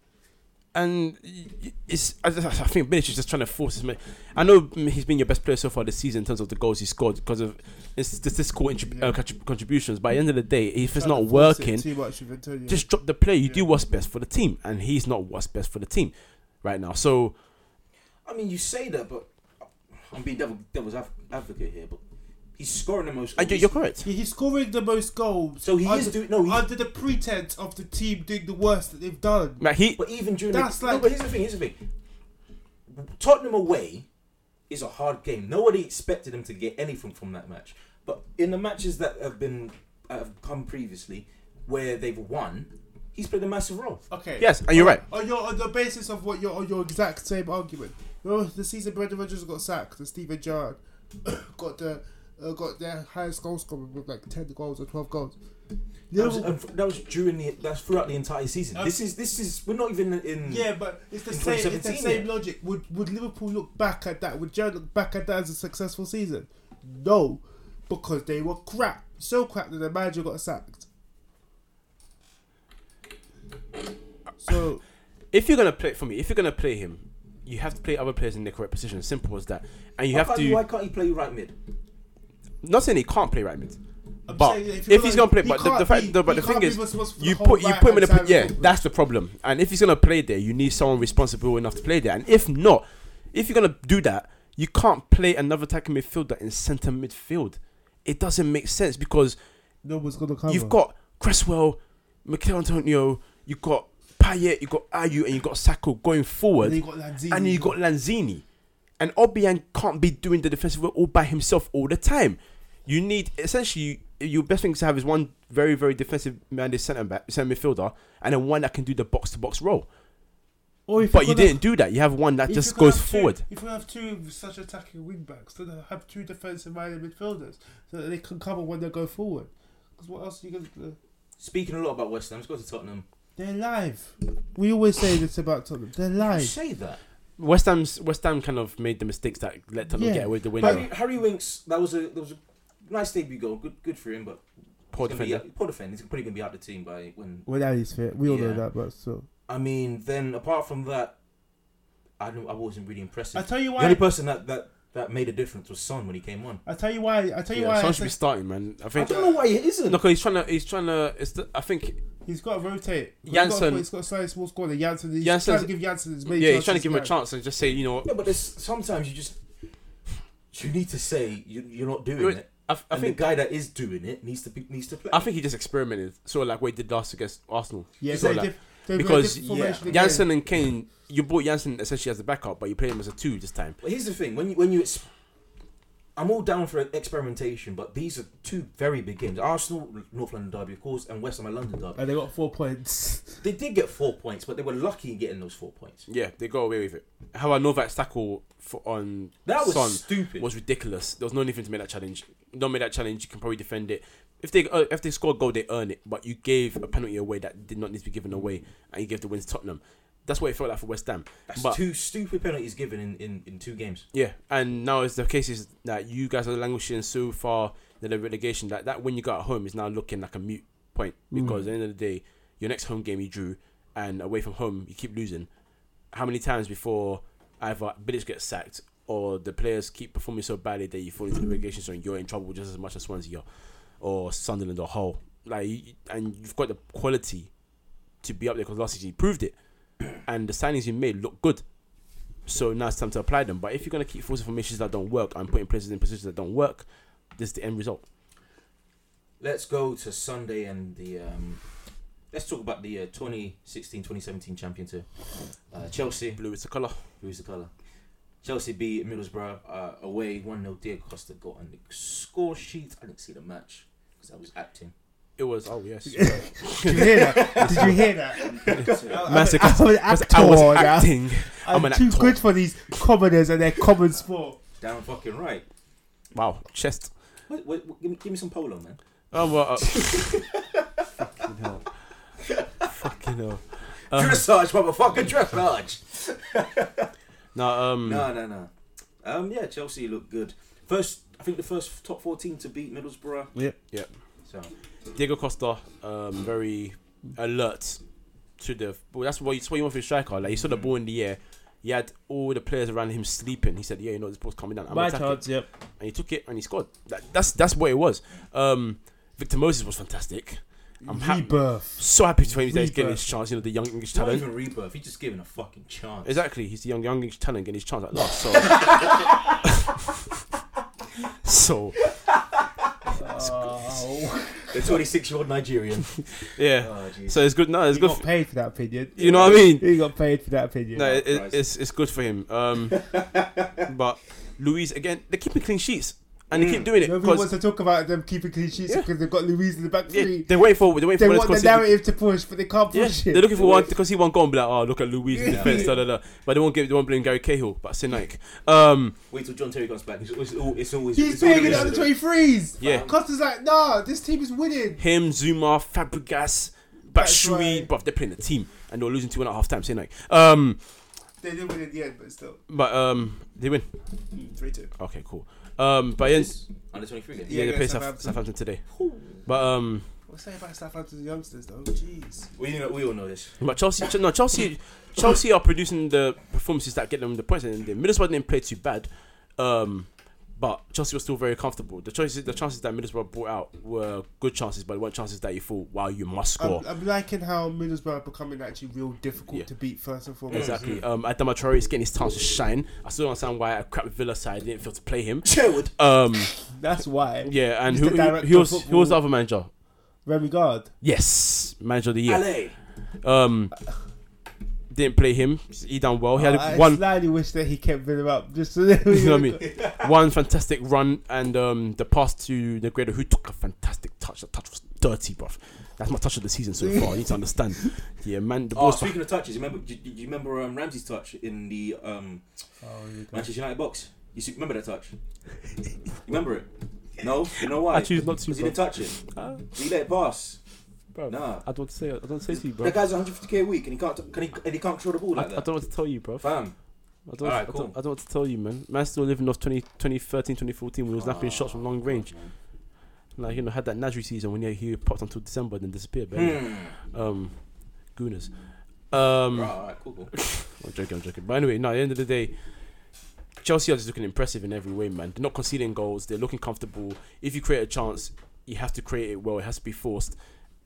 Speaker 3: And y- y- it's, I, just- I think Bilic is just trying to force his. ma- I know mm, he's been your best player so far this season in terms of the goals he scored because of his statistical intrib-
Speaker 2: Yeah.
Speaker 3: uh, contrib- contributions. But at the end of the day, if it's
Speaker 2: Trying to
Speaker 3: not
Speaker 2: force it
Speaker 3: working,
Speaker 2: too much with Antonio.
Speaker 3: just drop the player. You
Speaker 2: Yeah.
Speaker 3: do what's best for the team, and he's not what's best for the team right now. So
Speaker 1: I mean, you say that, but I'm being devil, devil's adv- advocate here. But he's scoring the most.
Speaker 3: and you-
Speaker 1: goals.
Speaker 3: you're correct.
Speaker 2: He- he's scoring the most goals.
Speaker 1: So he
Speaker 2: under,
Speaker 1: is doing. No, he,
Speaker 2: under the pretense of the team doing the worst that they've done.
Speaker 3: Like he,
Speaker 1: but even during.
Speaker 2: That's
Speaker 1: the, no,
Speaker 2: like-
Speaker 1: but here's the thing. Here's the thing. Tottenham away is a hard game. Nobody expected him to get anything from that match. But in the matches that have been have come previously, where they've won, he's played a massive role.
Speaker 2: Okay.
Speaker 3: yes, and you're right.
Speaker 2: On your on the basis of what your on your exact same argument. Remember the season Brendan Rodgers got sacked and Steven Gerrard got the uh, got their highest goal scorer with like ten goals or twelve goals.
Speaker 1: That was, um, that was during the. That's throughout the entire season.
Speaker 2: Um,
Speaker 1: this is this is. We're not even in.
Speaker 2: Yeah, but it's the
Speaker 1: In
Speaker 2: same. It's the
Speaker 1: 2017,
Speaker 2: same
Speaker 1: yeah.
Speaker 2: logic. Would Would Liverpool look back at that? Would Gerrard look back at that as a successful season? No, because they were crap. So crap that the manager got sacked. So
Speaker 3: If you're gonna play for me, if you're gonna play him, you have to play other players in the correct position. Simple as that. And you
Speaker 1: Why
Speaker 3: have
Speaker 1: can't he- Why
Speaker 3: to.
Speaker 1: can't he play right mid?
Speaker 3: Not saying he can't play right mid,
Speaker 2: I'm
Speaker 3: but
Speaker 2: saying that
Speaker 3: if,
Speaker 2: you're
Speaker 3: he's
Speaker 2: gonna-
Speaker 3: gonna play,
Speaker 2: he
Speaker 3: but the, the
Speaker 2: can't
Speaker 3: fact,
Speaker 2: be-
Speaker 3: no, but
Speaker 2: he
Speaker 3: the thing
Speaker 2: can't be
Speaker 3: is,
Speaker 2: responsible for
Speaker 3: you
Speaker 2: the whole
Speaker 3: put you
Speaker 2: right
Speaker 3: put him in a
Speaker 2: hand side of
Speaker 3: yeah.
Speaker 2: football.
Speaker 3: That's the problem. And if he's gonna play there, you need someone responsible enough to play there. And if not, if you're gonna do that, you can't play another attacking midfielder in centre midfield. It doesn't make sense because
Speaker 2: no one's gonna cover.
Speaker 3: You've got Cresswell, Mikel Antonio, you've got Payet, you've got Ayu, and you've got Sacco going forward.
Speaker 2: And you've got Lanzini.
Speaker 3: And you've got Lanzini. And Obiang can't be doing the defensive work all by himself all the time. You need, essentially, your best thing to have is one very, very defensive minded centre back, centre midfielder, and then one that can do the box to box role.
Speaker 2: Or
Speaker 3: But you
Speaker 2: you're gonna-
Speaker 3: didn't do that. You have one that
Speaker 2: if
Speaker 3: just
Speaker 2: you're gonna
Speaker 3: goes
Speaker 2: have two-
Speaker 3: forward.
Speaker 2: if you have two such attacking wing backs, then have two defensive minded midfielders so that they can cover when they go forward. Because what else are you gonna do?
Speaker 1: Speaking a lot about West Ham, let's go to Tottenham.
Speaker 5: Oh,
Speaker 2: They're live. We always say this about Tottenham. They're
Speaker 1: You
Speaker 2: live.
Speaker 1: say that.
Speaker 3: West Ham's West Ham kind of made the mistakes that let them
Speaker 4: Yeah.
Speaker 3: get away with the win.
Speaker 1: Harry, Harry Winks, that was a that was a nice debut goal. Good good for him, but
Speaker 3: Poor
Speaker 1: he's gonna be
Speaker 3: defender.
Speaker 1: out- poor defender. He's probably gonna be out the team by when.
Speaker 4: Well, that is fair. We all
Speaker 1: Yeah.
Speaker 4: know that, but so
Speaker 1: I mean, then apart from that, I don't. I wasn't really
Speaker 5: I
Speaker 1: impressive.
Speaker 5: tell you
Speaker 1: the only
Speaker 5: why.
Speaker 1: person that that that made a difference was Son when he came on.
Speaker 5: I tell you why. I tell you
Speaker 3: Yeah,
Speaker 5: why. I
Speaker 3: Son should be
Speaker 5: think
Speaker 3: starting, man. I
Speaker 1: I
Speaker 3: think.
Speaker 1: don't know why he isn't.
Speaker 3: No, 'cause he's trying to. He's trying to. It's the, I think.
Speaker 4: he's got to rotate.
Speaker 3: He's gotta Jansen- put-
Speaker 4: He's
Speaker 3: he's
Speaker 4: got a slightly small squad. Jansen. He's
Speaker 3: Jansen's-
Speaker 4: trying to give Jansen his main
Speaker 3: Yeah, he's trying to give him a chance and just say, you know, what,
Speaker 1: Yeah, but there's, sometimes you just you need to say you, you're not doing
Speaker 3: You're-
Speaker 1: it.
Speaker 3: I, I
Speaker 1: And
Speaker 3: think.
Speaker 1: the guy that is doing it needs to be, needs to play.
Speaker 3: I think he just experimented, sort of like what he did last against Arsenal.
Speaker 4: Yeah,
Speaker 3: Sort
Speaker 4: so
Speaker 3: of like-
Speaker 4: diff- they've got a
Speaker 3: because,
Speaker 4: different
Speaker 1: yeah,
Speaker 4: formation again.
Speaker 3: Jansen and Kane, you bought Jansen essentially as a backup, but you played him as a two this time.
Speaker 1: But here's the thing: when you when you, ex- I'm all down for experimentation, but these are two very big games. Arsenal, North London derby, of course, and West Ham, and London derby.
Speaker 4: and they got four points.
Speaker 1: They did get four points, but they were lucky in getting those four points.
Speaker 3: Yeah, they got away with it. How a Novak's tackle for, on
Speaker 1: That was
Speaker 3: Son
Speaker 1: stupid.
Speaker 3: was ridiculous. There was no anything to make that challenge. Don't make that challenge. You can probably defend it. If they uh, if they score a goal, they earn it. But you gave a penalty away that did not need to be given away, and you gave the win to Tottenham. That's what it felt like for West Ham.
Speaker 1: That's
Speaker 3: but-
Speaker 1: two stupid penalties given in, in, in two games.
Speaker 3: Yeah, and now it's the case is that you guys are languishing so far in the relegation that that win you got at home is now looking like a mute point because at the end of the day, your next home game you drew and away from home you keep losing. How many times before either Billich gets sacked or the players keep performing so badly that you fall into the relegation zone, you're in trouble just as much as Swansea are, or Sunderland or Hull. Like, you- and you've got the quality to be up there because last season you proved it, and the signings you made look good. So now it's time to apply them. But if you're gonna keep forcing formations that don't work and putting players in positions that don't work, this is the end result.
Speaker 1: Let's go to Sunday and the. Um, let's talk about the uh, 2016-2017 champion too. Uh, Chelsea,
Speaker 3: Blue is the colour.
Speaker 1: who's the colour? Chelsea beat Middlesbrough uh, away 1 0. Diego Costa got on the score sheet. I didn't see the match because I was acting.
Speaker 3: It was oh yes.
Speaker 4: Did you hear that? Did you hear that?
Speaker 3: Massive.
Speaker 4: I'm an actor.
Speaker 3: I was
Speaker 4: now.
Speaker 3: acting.
Speaker 4: I'm,
Speaker 3: I'm an
Speaker 4: too
Speaker 3: actor.
Speaker 4: good for these commoners and their common sport.
Speaker 1: Down fucking right.
Speaker 3: Wow, chest.
Speaker 1: Wait, wait, wait, give, me, give me some polo, man.
Speaker 3: Oh well. Uh, fucking hell. fucking hell. Um,
Speaker 1: dressage, motherfucker, dressage.
Speaker 3: no, um,
Speaker 4: Mm.
Speaker 1: No, no, no. Um, yeah, Chelsea looked good. First, I think the first top four team to beat Middlesbrough.
Speaker 4: Yep.
Speaker 3: Yep.
Speaker 1: So
Speaker 3: Diego Costa, um, very alert to the. Well, that's what you, that's what you want for a striker. Like he saw the ball in the air. He had all the players around him sleeping. He said, "Yeah, you know this ball's coming down." I'm
Speaker 5: By
Speaker 3: attacking."
Speaker 5: chance, yep.
Speaker 3: and he took it and he scored. That, that's that's what it was. Um, Victor Moses was fantastic. I'm happy,
Speaker 4: Rebirth.
Speaker 3: so happy to him that he's getting
Speaker 4: Rebirth.
Speaker 3: his chance. You know, the young English
Speaker 1: it's not
Speaker 3: talent.
Speaker 1: even rebirth. He's just given a fucking chance.
Speaker 3: Exactly, he's the young young English talent getting his chance at last. So, so
Speaker 4: Oh,
Speaker 1: The twenty-six-year-old Nigerian.
Speaker 3: yeah.
Speaker 1: oh, jeez.
Speaker 3: So it's good. No, it's
Speaker 4: he
Speaker 3: good.
Speaker 4: got
Speaker 3: for-
Speaker 4: paid for that opinion.
Speaker 3: you know what I mean?
Speaker 4: He got paid for that opinion.
Speaker 3: No, it,
Speaker 1: Christ.
Speaker 3: it, it's it's good for him. Um, but Louise again, they're keeping clean sheets and
Speaker 4: Mm.
Speaker 3: they keep doing it
Speaker 4: Nobody
Speaker 3: because
Speaker 4: wants to talk about them keeping clean sheets
Speaker 3: Yeah.
Speaker 4: because they've got Louise in the back
Speaker 3: yeah,
Speaker 4: three.
Speaker 3: they're waiting for they're waiting
Speaker 4: they
Speaker 3: for
Speaker 4: want
Speaker 3: Wallace
Speaker 4: the
Speaker 3: Costa to-
Speaker 4: narrative to push, but they
Speaker 2: Oh,
Speaker 4: can't
Speaker 3: Yeah,
Speaker 4: push
Speaker 3: they're
Speaker 4: it.
Speaker 3: looking for one because he won't go and be like, oh, look at Louise in
Speaker 1: Yeah.
Speaker 3: defense, da, da, da. But they won't give, they won't blame Gary Cahill, but I say Nike. Um,
Speaker 1: Wait till John Terry comes back. It's, it's, all- it's always.
Speaker 4: He's
Speaker 1: it's always
Speaker 4: paying it
Speaker 1: the
Speaker 4: under
Speaker 1: incident.
Speaker 4: 23s.
Speaker 3: Yeah.
Speaker 4: Costa's like, nah, this team is winning.
Speaker 3: him, Zuma, Fabregas,
Speaker 4: That's
Speaker 3: Bashui,
Speaker 4: right.
Speaker 3: bruv, they're playing a team and they're losing two and a half times, say Nike. Um,
Speaker 4: They did win in the end, but still.
Speaker 3: but um, they win.
Speaker 4: 3 2.
Speaker 3: Okay, cool. Um, but yeah,
Speaker 1: It's Under twenty-three game.
Speaker 3: yeah,
Speaker 4: Yeah,
Speaker 3: they play
Speaker 4: against
Speaker 3: South,
Speaker 4: Southampton.
Speaker 3: Southampton today.
Speaker 1: Ooh.
Speaker 3: But um,
Speaker 4: What's that about Southampton's youngsters, though? Jeez.
Speaker 1: We, know, we all know this.
Speaker 3: but Chelsea, Ch- no, Chelsea, Chelsea are producing the performances that get them the points, and the Middlesbrough didn't play too bad. Um, but Chelsea was still very comfortable. The choices, the chances that Middlesbrough brought out were good chances, but they weren't chances that you thought, wow, you must score.
Speaker 4: I'm, I'm liking how Middlesbrough are becoming actually real difficult
Speaker 3: Yeah.
Speaker 4: to beat first and foremost.
Speaker 3: Exactly. Um, Adama Traore is getting his chance to shine. I still don't understand why a crap Villa side didn't feel to play him.
Speaker 1: Sherwood.
Speaker 3: Um,
Speaker 4: That's why.
Speaker 3: yeah, and
Speaker 4: He's
Speaker 3: who,
Speaker 4: the
Speaker 3: who,
Speaker 4: director
Speaker 3: who was
Speaker 4: of
Speaker 3: who was the
Speaker 4: football.
Speaker 3: other manager?
Speaker 4: Remy Guard.
Speaker 3: Yes, manager of the year.
Speaker 1: Ale.
Speaker 3: Um, didn't play him. He done well. He had
Speaker 4: Ah, I
Speaker 3: one.
Speaker 4: slightly wish that he kept Villa up. Just so that
Speaker 3: You know what I mean? One fantastic run and um, the pass to the grader who took a fantastic touch. The touch was dirty, bruv. That's my touch of the season so far. I need to understand. Yeah, man. The
Speaker 1: Oh,
Speaker 3: ball's
Speaker 1: speaking of touches, you remember? Do, do you remember um, Ramsey's touch in the um,
Speaker 3: Oh,
Speaker 1: Manchester United box? You see, remember that touch? You remember it? No, you know why?
Speaker 3: I choose not to.
Speaker 1: Because he didn't
Speaker 3: Bruv.
Speaker 1: touch it.
Speaker 3: Ah,
Speaker 1: He let it pass.
Speaker 3: bruv.
Speaker 1: Nah.
Speaker 3: I don't say. I don't say to you,
Speaker 1: That
Speaker 3: bruv.
Speaker 1: guy's 150k a week and he can't can he, and he can't control the ball
Speaker 3: I, I
Speaker 1: like that.
Speaker 3: don't want to tell you, bruv.
Speaker 1: Fam,
Speaker 3: I don't,
Speaker 1: Alright,
Speaker 3: I, don't,
Speaker 1: cool.
Speaker 3: I don't know what to tell you, man. Man's still living off 20, 2013, 2014 when he was napping shots from long range. Like, you know, had that Najri season when he, he popped until December and then disappeared,
Speaker 1: Hmm.
Speaker 3: man. Um, Gooners. Um,
Speaker 1: Right, cool, cool.
Speaker 3: I'm joking, I'm joking. But anyway, no, at the end of the day, Chelsea are just looking impressive in every way, man. They're not conceding goals, they're looking comfortable. If you create a chance, you have to create it well, it has to be forced,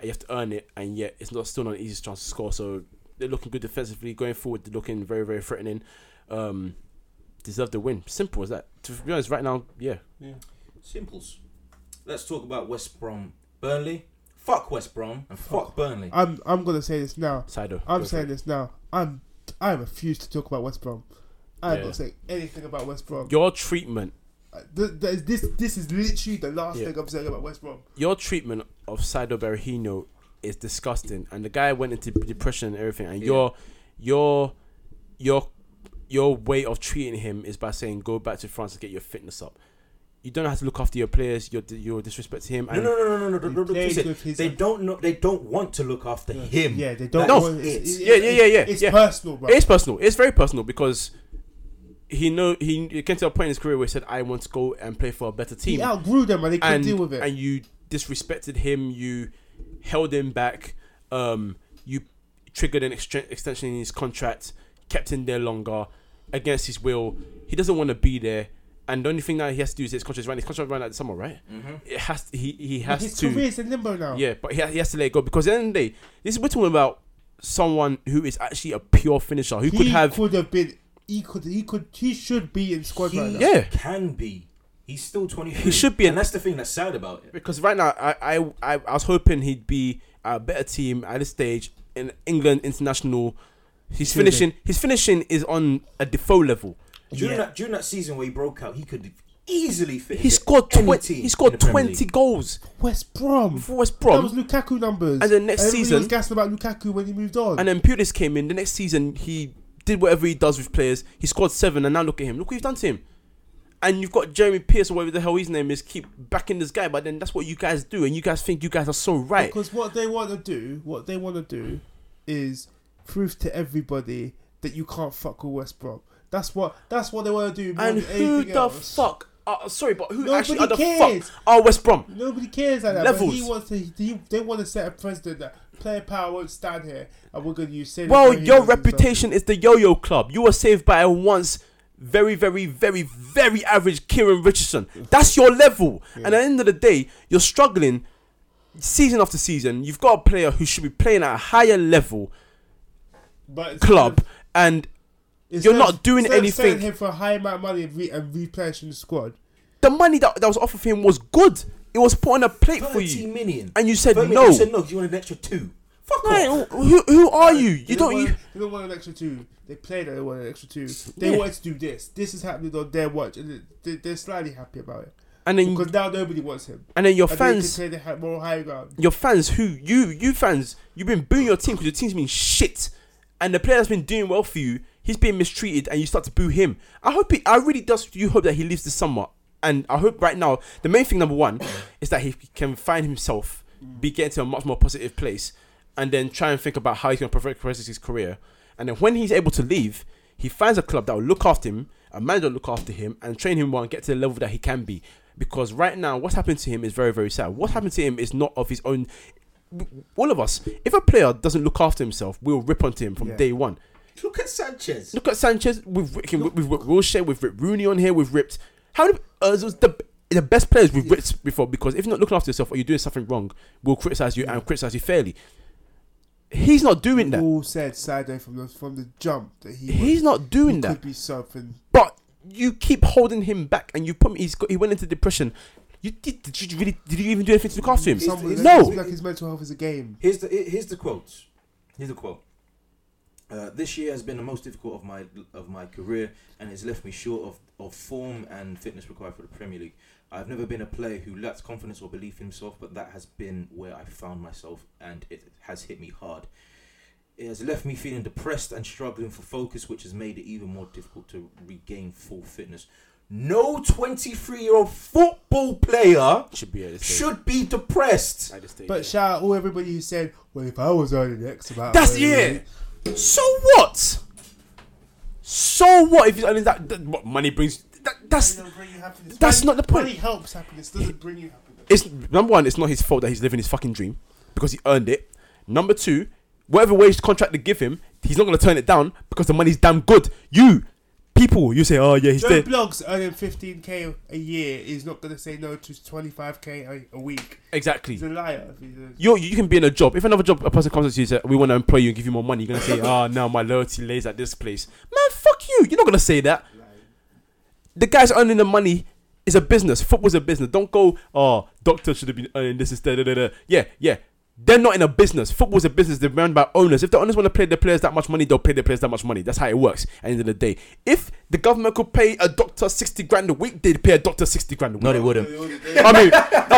Speaker 3: and you have to earn it, and yet it's not still not an easy chance to score. So they're looking good defensively, going forward, they're looking very, very threatening. Um, deserve the win. Simple as that. To be honest, right now, yeah.
Speaker 1: Simples. Let's talk about West Brom. Burnley. Fuck West Brom and fuck Burnley.
Speaker 2: I'm I'm gonna say this now.
Speaker 3: Sido.
Speaker 2: I'm
Speaker 3: go for
Speaker 2: saying
Speaker 3: it.
Speaker 2: this now. I'm I refuse to talk about West Brom. I'm
Speaker 3: Yeah.
Speaker 2: not saying anything about West Brom.
Speaker 3: Your treatment
Speaker 2: Uh, th- th- this this is literally the last
Speaker 3: Yeah. Mm.
Speaker 2: thing I'm saying about West Brom.
Speaker 3: your treatment of Saido Berahino is disgusting, and the guy went into depression and everything. And
Speaker 1: Yeah.
Speaker 3: your your your your way of treating him is by saying go back to France and get your fitness up. You don't have to look after your players. You're you're disrespecting him.
Speaker 1: no,
Speaker 3: And
Speaker 1: no, no, no, no, no, no, no,
Speaker 2: played
Speaker 1: listen,
Speaker 2: with his- uh,
Speaker 1: They don't know. They don't want to look after him.
Speaker 2: Yeah, they don't.
Speaker 1: That
Speaker 2: want-
Speaker 1: is it.
Speaker 2: it's-
Speaker 3: Yeah, yeah, yeah, yeah,
Speaker 2: It's
Speaker 3: yeah.
Speaker 2: personal, bro.
Speaker 3: It's personal. It's very personal because he know he it came to a point in his career where he said I want to go and play for a better team.
Speaker 2: he outgrew them and they couldn't
Speaker 3: and
Speaker 2: deal with it.
Speaker 3: and you disrespected him. You held him back. Um, you triggered an extre- extension in his contract, kept him there longer against his will. He doesn't want to be there, and the only thing that he has to do is his contract run. His contract run out this summer, right?
Speaker 1: Mm-hmm.
Speaker 3: It has he he has
Speaker 2: His
Speaker 3: to
Speaker 2: career's in limbo now.
Speaker 3: yeah, but he has, he has to let it go because at the end of the day, this is we're talking about someone who is actually a pure finisher who
Speaker 2: he
Speaker 3: could have
Speaker 2: could have been. He could. He could. He should be in squad right now.
Speaker 3: Yeah.
Speaker 1: can be. He's still 23.
Speaker 3: He should be
Speaker 1: and
Speaker 3: an-
Speaker 1: that's the thing that's sad about it.
Speaker 3: because right now I, I I I was hoping he'd be a better team at this stage in England international. He's
Speaker 2: Should've
Speaker 3: finishing. His finishing is on a Defoe level.
Speaker 1: During
Speaker 2: Yeah.
Speaker 1: that during that season where he broke out, he could easily fit.
Speaker 3: He
Speaker 1: into
Speaker 3: scored
Speaker 1: any
Speaker 3: twenty.
Speaker 1: team
Speaker 3: He scored
Speaker 1: in the Premier
Speaker 3: twenty
Speaker 1: League.
Speaker 3: goals
Speaker 2: West Brom.
Speaker 3: for West
Speaker 2: That
Speaker 3: Brom.
Speaker 2: was Lukaku numbers.
Speaker 3: And then next
Speaker 2: Everybody
Speaker 3: season-
Speaker 2: was gassed about Lukaku when he moved on.
Speaker 3: and then Pulis came in the next season. He did whatever he does with players. He scored seven, and now look at him. Look what you've done to him. And you've got Jeremy Pierce or whatever the hell his name is, keep backing this guy. But then that's what you guys do, and you guys think you guys are so right.
Speaker 2: Because what they want to do, what they want to do, is prove to everybody that you can't fuck with West Brom. That's what. That's what they want to do. More
Speaker 3: And
Speaker 2: than
Speaker 3: who
Speaker 2: anything
Speaker 3: the
Speaker 2: else.
Speaker 3: fuck? Are, sorry, but who actually are the
Speaker 2: Nobody cares.
Speaker 3: fuck are West Brom?
Speaker 2: Nobody cares like that. But he
Speaker 3: Levels.
Speaker 2: wants to. He, they want to set a precedent that player power won't stand here, and we're going to use. Sailor
Speaker 3: Well,
Speaker 2: Boy
Speaker 3: your
Speaker 2: and stuff.
Speaker 3: reputation is the yo-yo club. You were saved by a once very, very, very, very average Kieran Richardson. That's your level. And at the end of the day, you're struggling season after season. You've got a player who should be playing at a higher level
Speaker 2: But instead
Speaker 3: club,
Speaker 2: of-
Speaker 3: and
Speaker 2: instead
Speaker 3: you're
Speaker 2: of-
Speaker 3: not doing
Speaker 2: instead of selling
Speaker 3: anything.
Speaker 2: him for a high amount of money and, re- and replenishing the squad.
Speaker 3: The money that, that was offered for him was good. It was put on a plate for
Speaker 1: 30
Speaker 3: you,
Speaker 1: million.
Speaker 3: and you said
Speaker 1: But I mean,
Speaker 3: no.
Speaker 1: You said no. 'cause You wanted an extra two. Fuck
Speaker 3: Right,
Speaker 1: off.
Speaker 3: who, who are you? You
Speaker 2: They
Speaker 3: don't.
Speaker 2: Want,
Speaker 3: You,
Speaker 2: They don't want an extra two. They played that they want an extra two. They
Speaker 3: Yeah.
Speaker 2: wanted to do this. This is happening on their watch, and they- they're slightly happy about it
Speaker 3: and then
Speaker 2: because now nobody wants him.
Speaker 3: and then your
Speaker 2: And they can
Speaker 3: fans.
Speaker 2: say they had more high ground.
Speaker 3: your fans who you you fans you've been booing your team because your team's been shit and the player that's been doing well for you he's being mistreated and you start to boo him i hope it i really does you hope that he leaves this summer and i hope right now the main thing number one is that he can find himself be getting to a much more positive place and then try and think about how he's going to progress his career and then when he's able to leave he finds a club that will look after him a manager will look after him and train him well and get to the level that he can be because right now what's happened to him is very very sad what's happened to him is not of his own all of us if a player doesn't look after himself we'll rip onto him from
Speaker 2: Yeah.
Speaker 3: day one
Speaker 1: Look at Sanchez.
Speaker 3: look at Sanchez we've ripped him, we've ripped Wilshere we've ripped Rooney on here we've ripped how many uh, it was the the best players we've ripped before because if you're not looking after yourself or you're doing something wrong we'll criticize you and criticize you fairly he's not doing that
Speaker 2: All said Sado from the from the jump that he
Speaker 3: he's
Speaker 2: was,
Speaker 3: not doing
Speaker 2: he
Speaker 3: that
Speaker 2: could be something.
Speaker 3: but you keep holding him back, and you put him, he's got, he went into depression. You did, did you really did you even do anything to look after him?
Speaker 1: He's-
Speaker 2: Someone
Speaker 1: he's-
Speaker 3: No.
Speaker 2: it's like his mental health is a game.
Speaker 1: Here's the here- here's the quotes. Here's the quote. Uh, this year has been the most difficult of my of my career, and has left me short of, of form and fitness required for the Premier League. I've never been a player who lacked confidence or belief in himself, but that has been where I found myself, and it has hit me hard. It has left me feeling depressed and struggling for focus, which has made it even more difficult to regain full fitness. No 23 year old football player
Speaker 3: Should be at this stage.
Speaker 1: should be depressed.
Speaker 3: At this stage,
Speaker 2: But
Speaker 3: yeah.
Speaker 2: shout out all everybody who said, "Well, if I was earning X amount."
Speaker 3: that's
Speaker 2: yeah.
Speaker 3: yeah. So what? So what if I mean, that, that what money brings? That, that's
Speaker 4: Money don't bring you happiness.
Speaker 3: that's
Speaker 4: Money-
Speaker 3: not the point.
Speaker 4: Money helps happiness. Doesn't bring you happiness.
Speaker 3: it's number one. It's not his fault that he's living his fucking dream because he earned it. Number two, whatever wage contract they give him, he's not gonna turn it down because the money's damn good. You people, you say, oh yeah, he's
Speaker 4: Joe
Speaker 3: there.
Speaker 4: Blogs earning 15k a year is not going to say no to 25k a, a week.
Speaker 3: Exactly.
Speaker 4: He's a liar. if he's a-
Speaker 3: you you can be in a job. If another job a person comes up to you and says, We want to employ you and give you more money, you're gonna say, Oh no, my loyalty lays at this place. Man, fuck you. You're not gonna say that. The guy's earning the money is a business. Football's a business. Don't go, oh, doctors should have been earning this instead. Da, da, da. Yeah, yeah. They're not in a business. Football's a business. They're run by owners. If the owners want to pay their players that much money, they'll pay their players that much money. That's how it works. At the end of the day, if the government could pay a doctor sixty grand a week, they'd pay a doctor sixty grand a week.
Speaker 1: No, they wouldn't.
Speaker 3: I mean,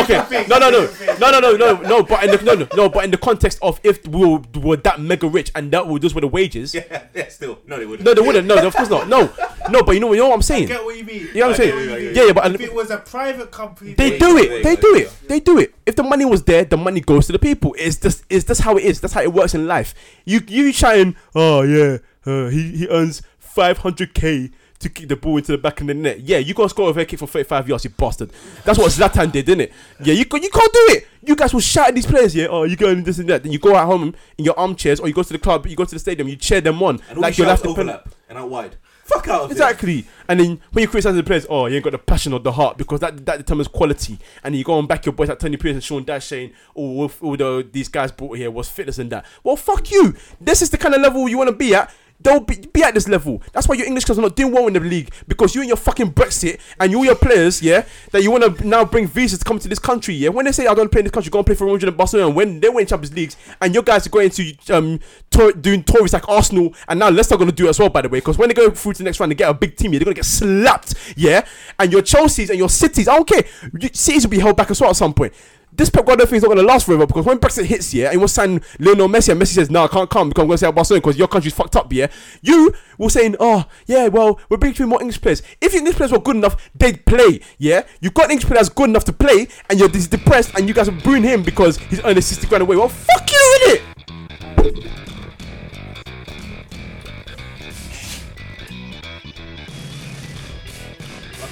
Speaker 3: okay, no, no, no, no, no, no, no, no. But in the no, no, no, but in the context of if we were, were that mega rich and that were, those were the wages,
Speaker 1: Yeah, yeah, still. No, they wouldn't.
Speaker 3: no, they wouldn't. No, of course not. No, no. But you know, you know what I'm saying.
Speaker 4: get what you mean.
Speaker 3: You know what I'm
Speaker 4: I get
Speaker 3: saying?
Speaker 4: you mean.
Speaker 3: Yeah, yeah, but-
Speaker 4: if it was a private company,
Speaker 3: They
Speaker 4: then-
Speaker 3: do it. They do it. They do it. If the money was there, the money goes to the people. It's just, it's that's how it is. That's how it works in life. You, you try and oh yeah, uh, he he earns 500k to kick the ball into the back of the net. Yeah, you gonna score a fair kick for 35 yards, you bastard. That's what Zlatan did, didn't it? Yeah, you ca- you can't do it. You guys will shout at these players. Yeah, oh you going this and that. Then you go at home in your armchairs, or you go to the club, you go to the stadium, you cheer them on
Speaker 1: And all like
Speaker 3: you're
Speaker 1: your left
Speaker 3: in pen-
Speaker 1: overlap and out wide. Fuck out of here.
Speaker 3: Exactly. And then when you criticize the players, oh, you ain't got the passion or the heart because that that determines quality. And then you go and back your boys like Tony Pierce and Sean Dash saying, oh, all, all the, these guys brought here was fitness and that. Well, fuck you. This is the kind of level you want to be at. Don't be, be at this level. That's why your English clubs are not doing well in the league because you and your fucking Brexit and you all your players, yeah, that you want to now bring visas to come to this country, yeah. When they say I don't play in this country, go and play for Real Madrid and Barcelona, and when they win Champions Leagues, and your guys are going to um tour, doing tourists like Arsenal, and now Leicester are going to do it as well, by the way, because when they go through to the next round, they get a big team, yeah, they're going to get slapped, yeah. And your Chelseas and your cities, I don't care, you- cities will be held back as well at some point. This Pep Guardiola thing is not going to last forever because when Brexit hits, yeah, and you want to sign Lionel Messi, and Messi says, "No, I can't come because I'm going to say Barcelona because your country's fucked up." Yeah, you were saying, "Oh, yeah, well, we're bringing through more English players." If your English players were good enough, they'd play. Yeah, you got an English player that's good enough to play, and you're this depressed, and you guys are booing him because he's earning sixty grand away. Well, fuck you, innit?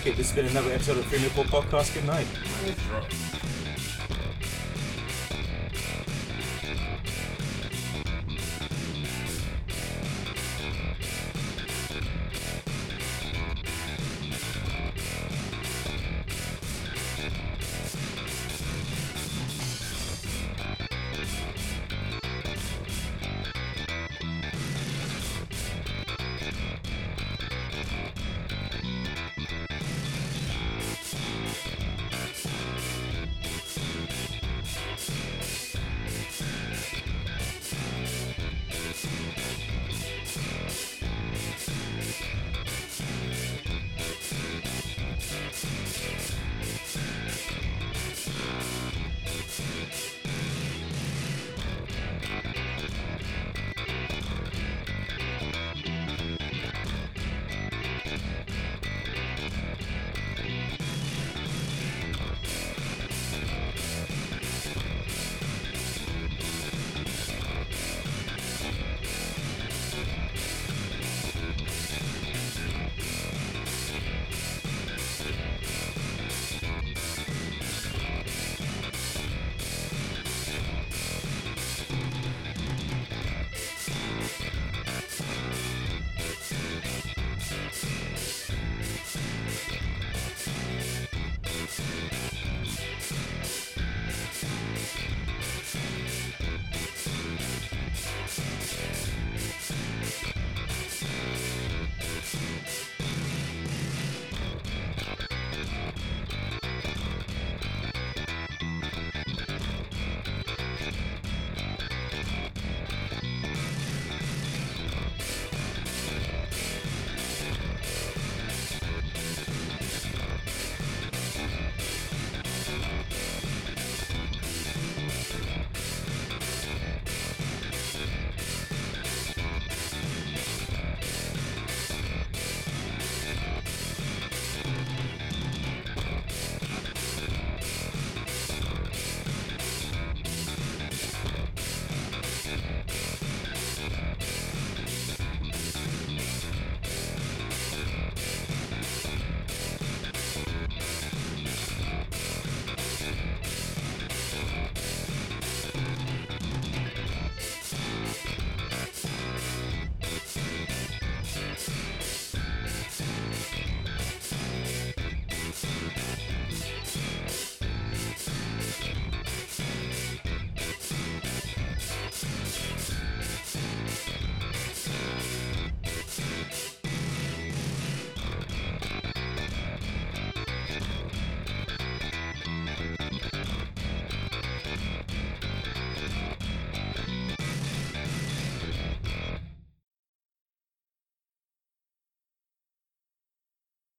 Speaker 1: Okay, this has been another episode of Premium Football Podcast. Good night.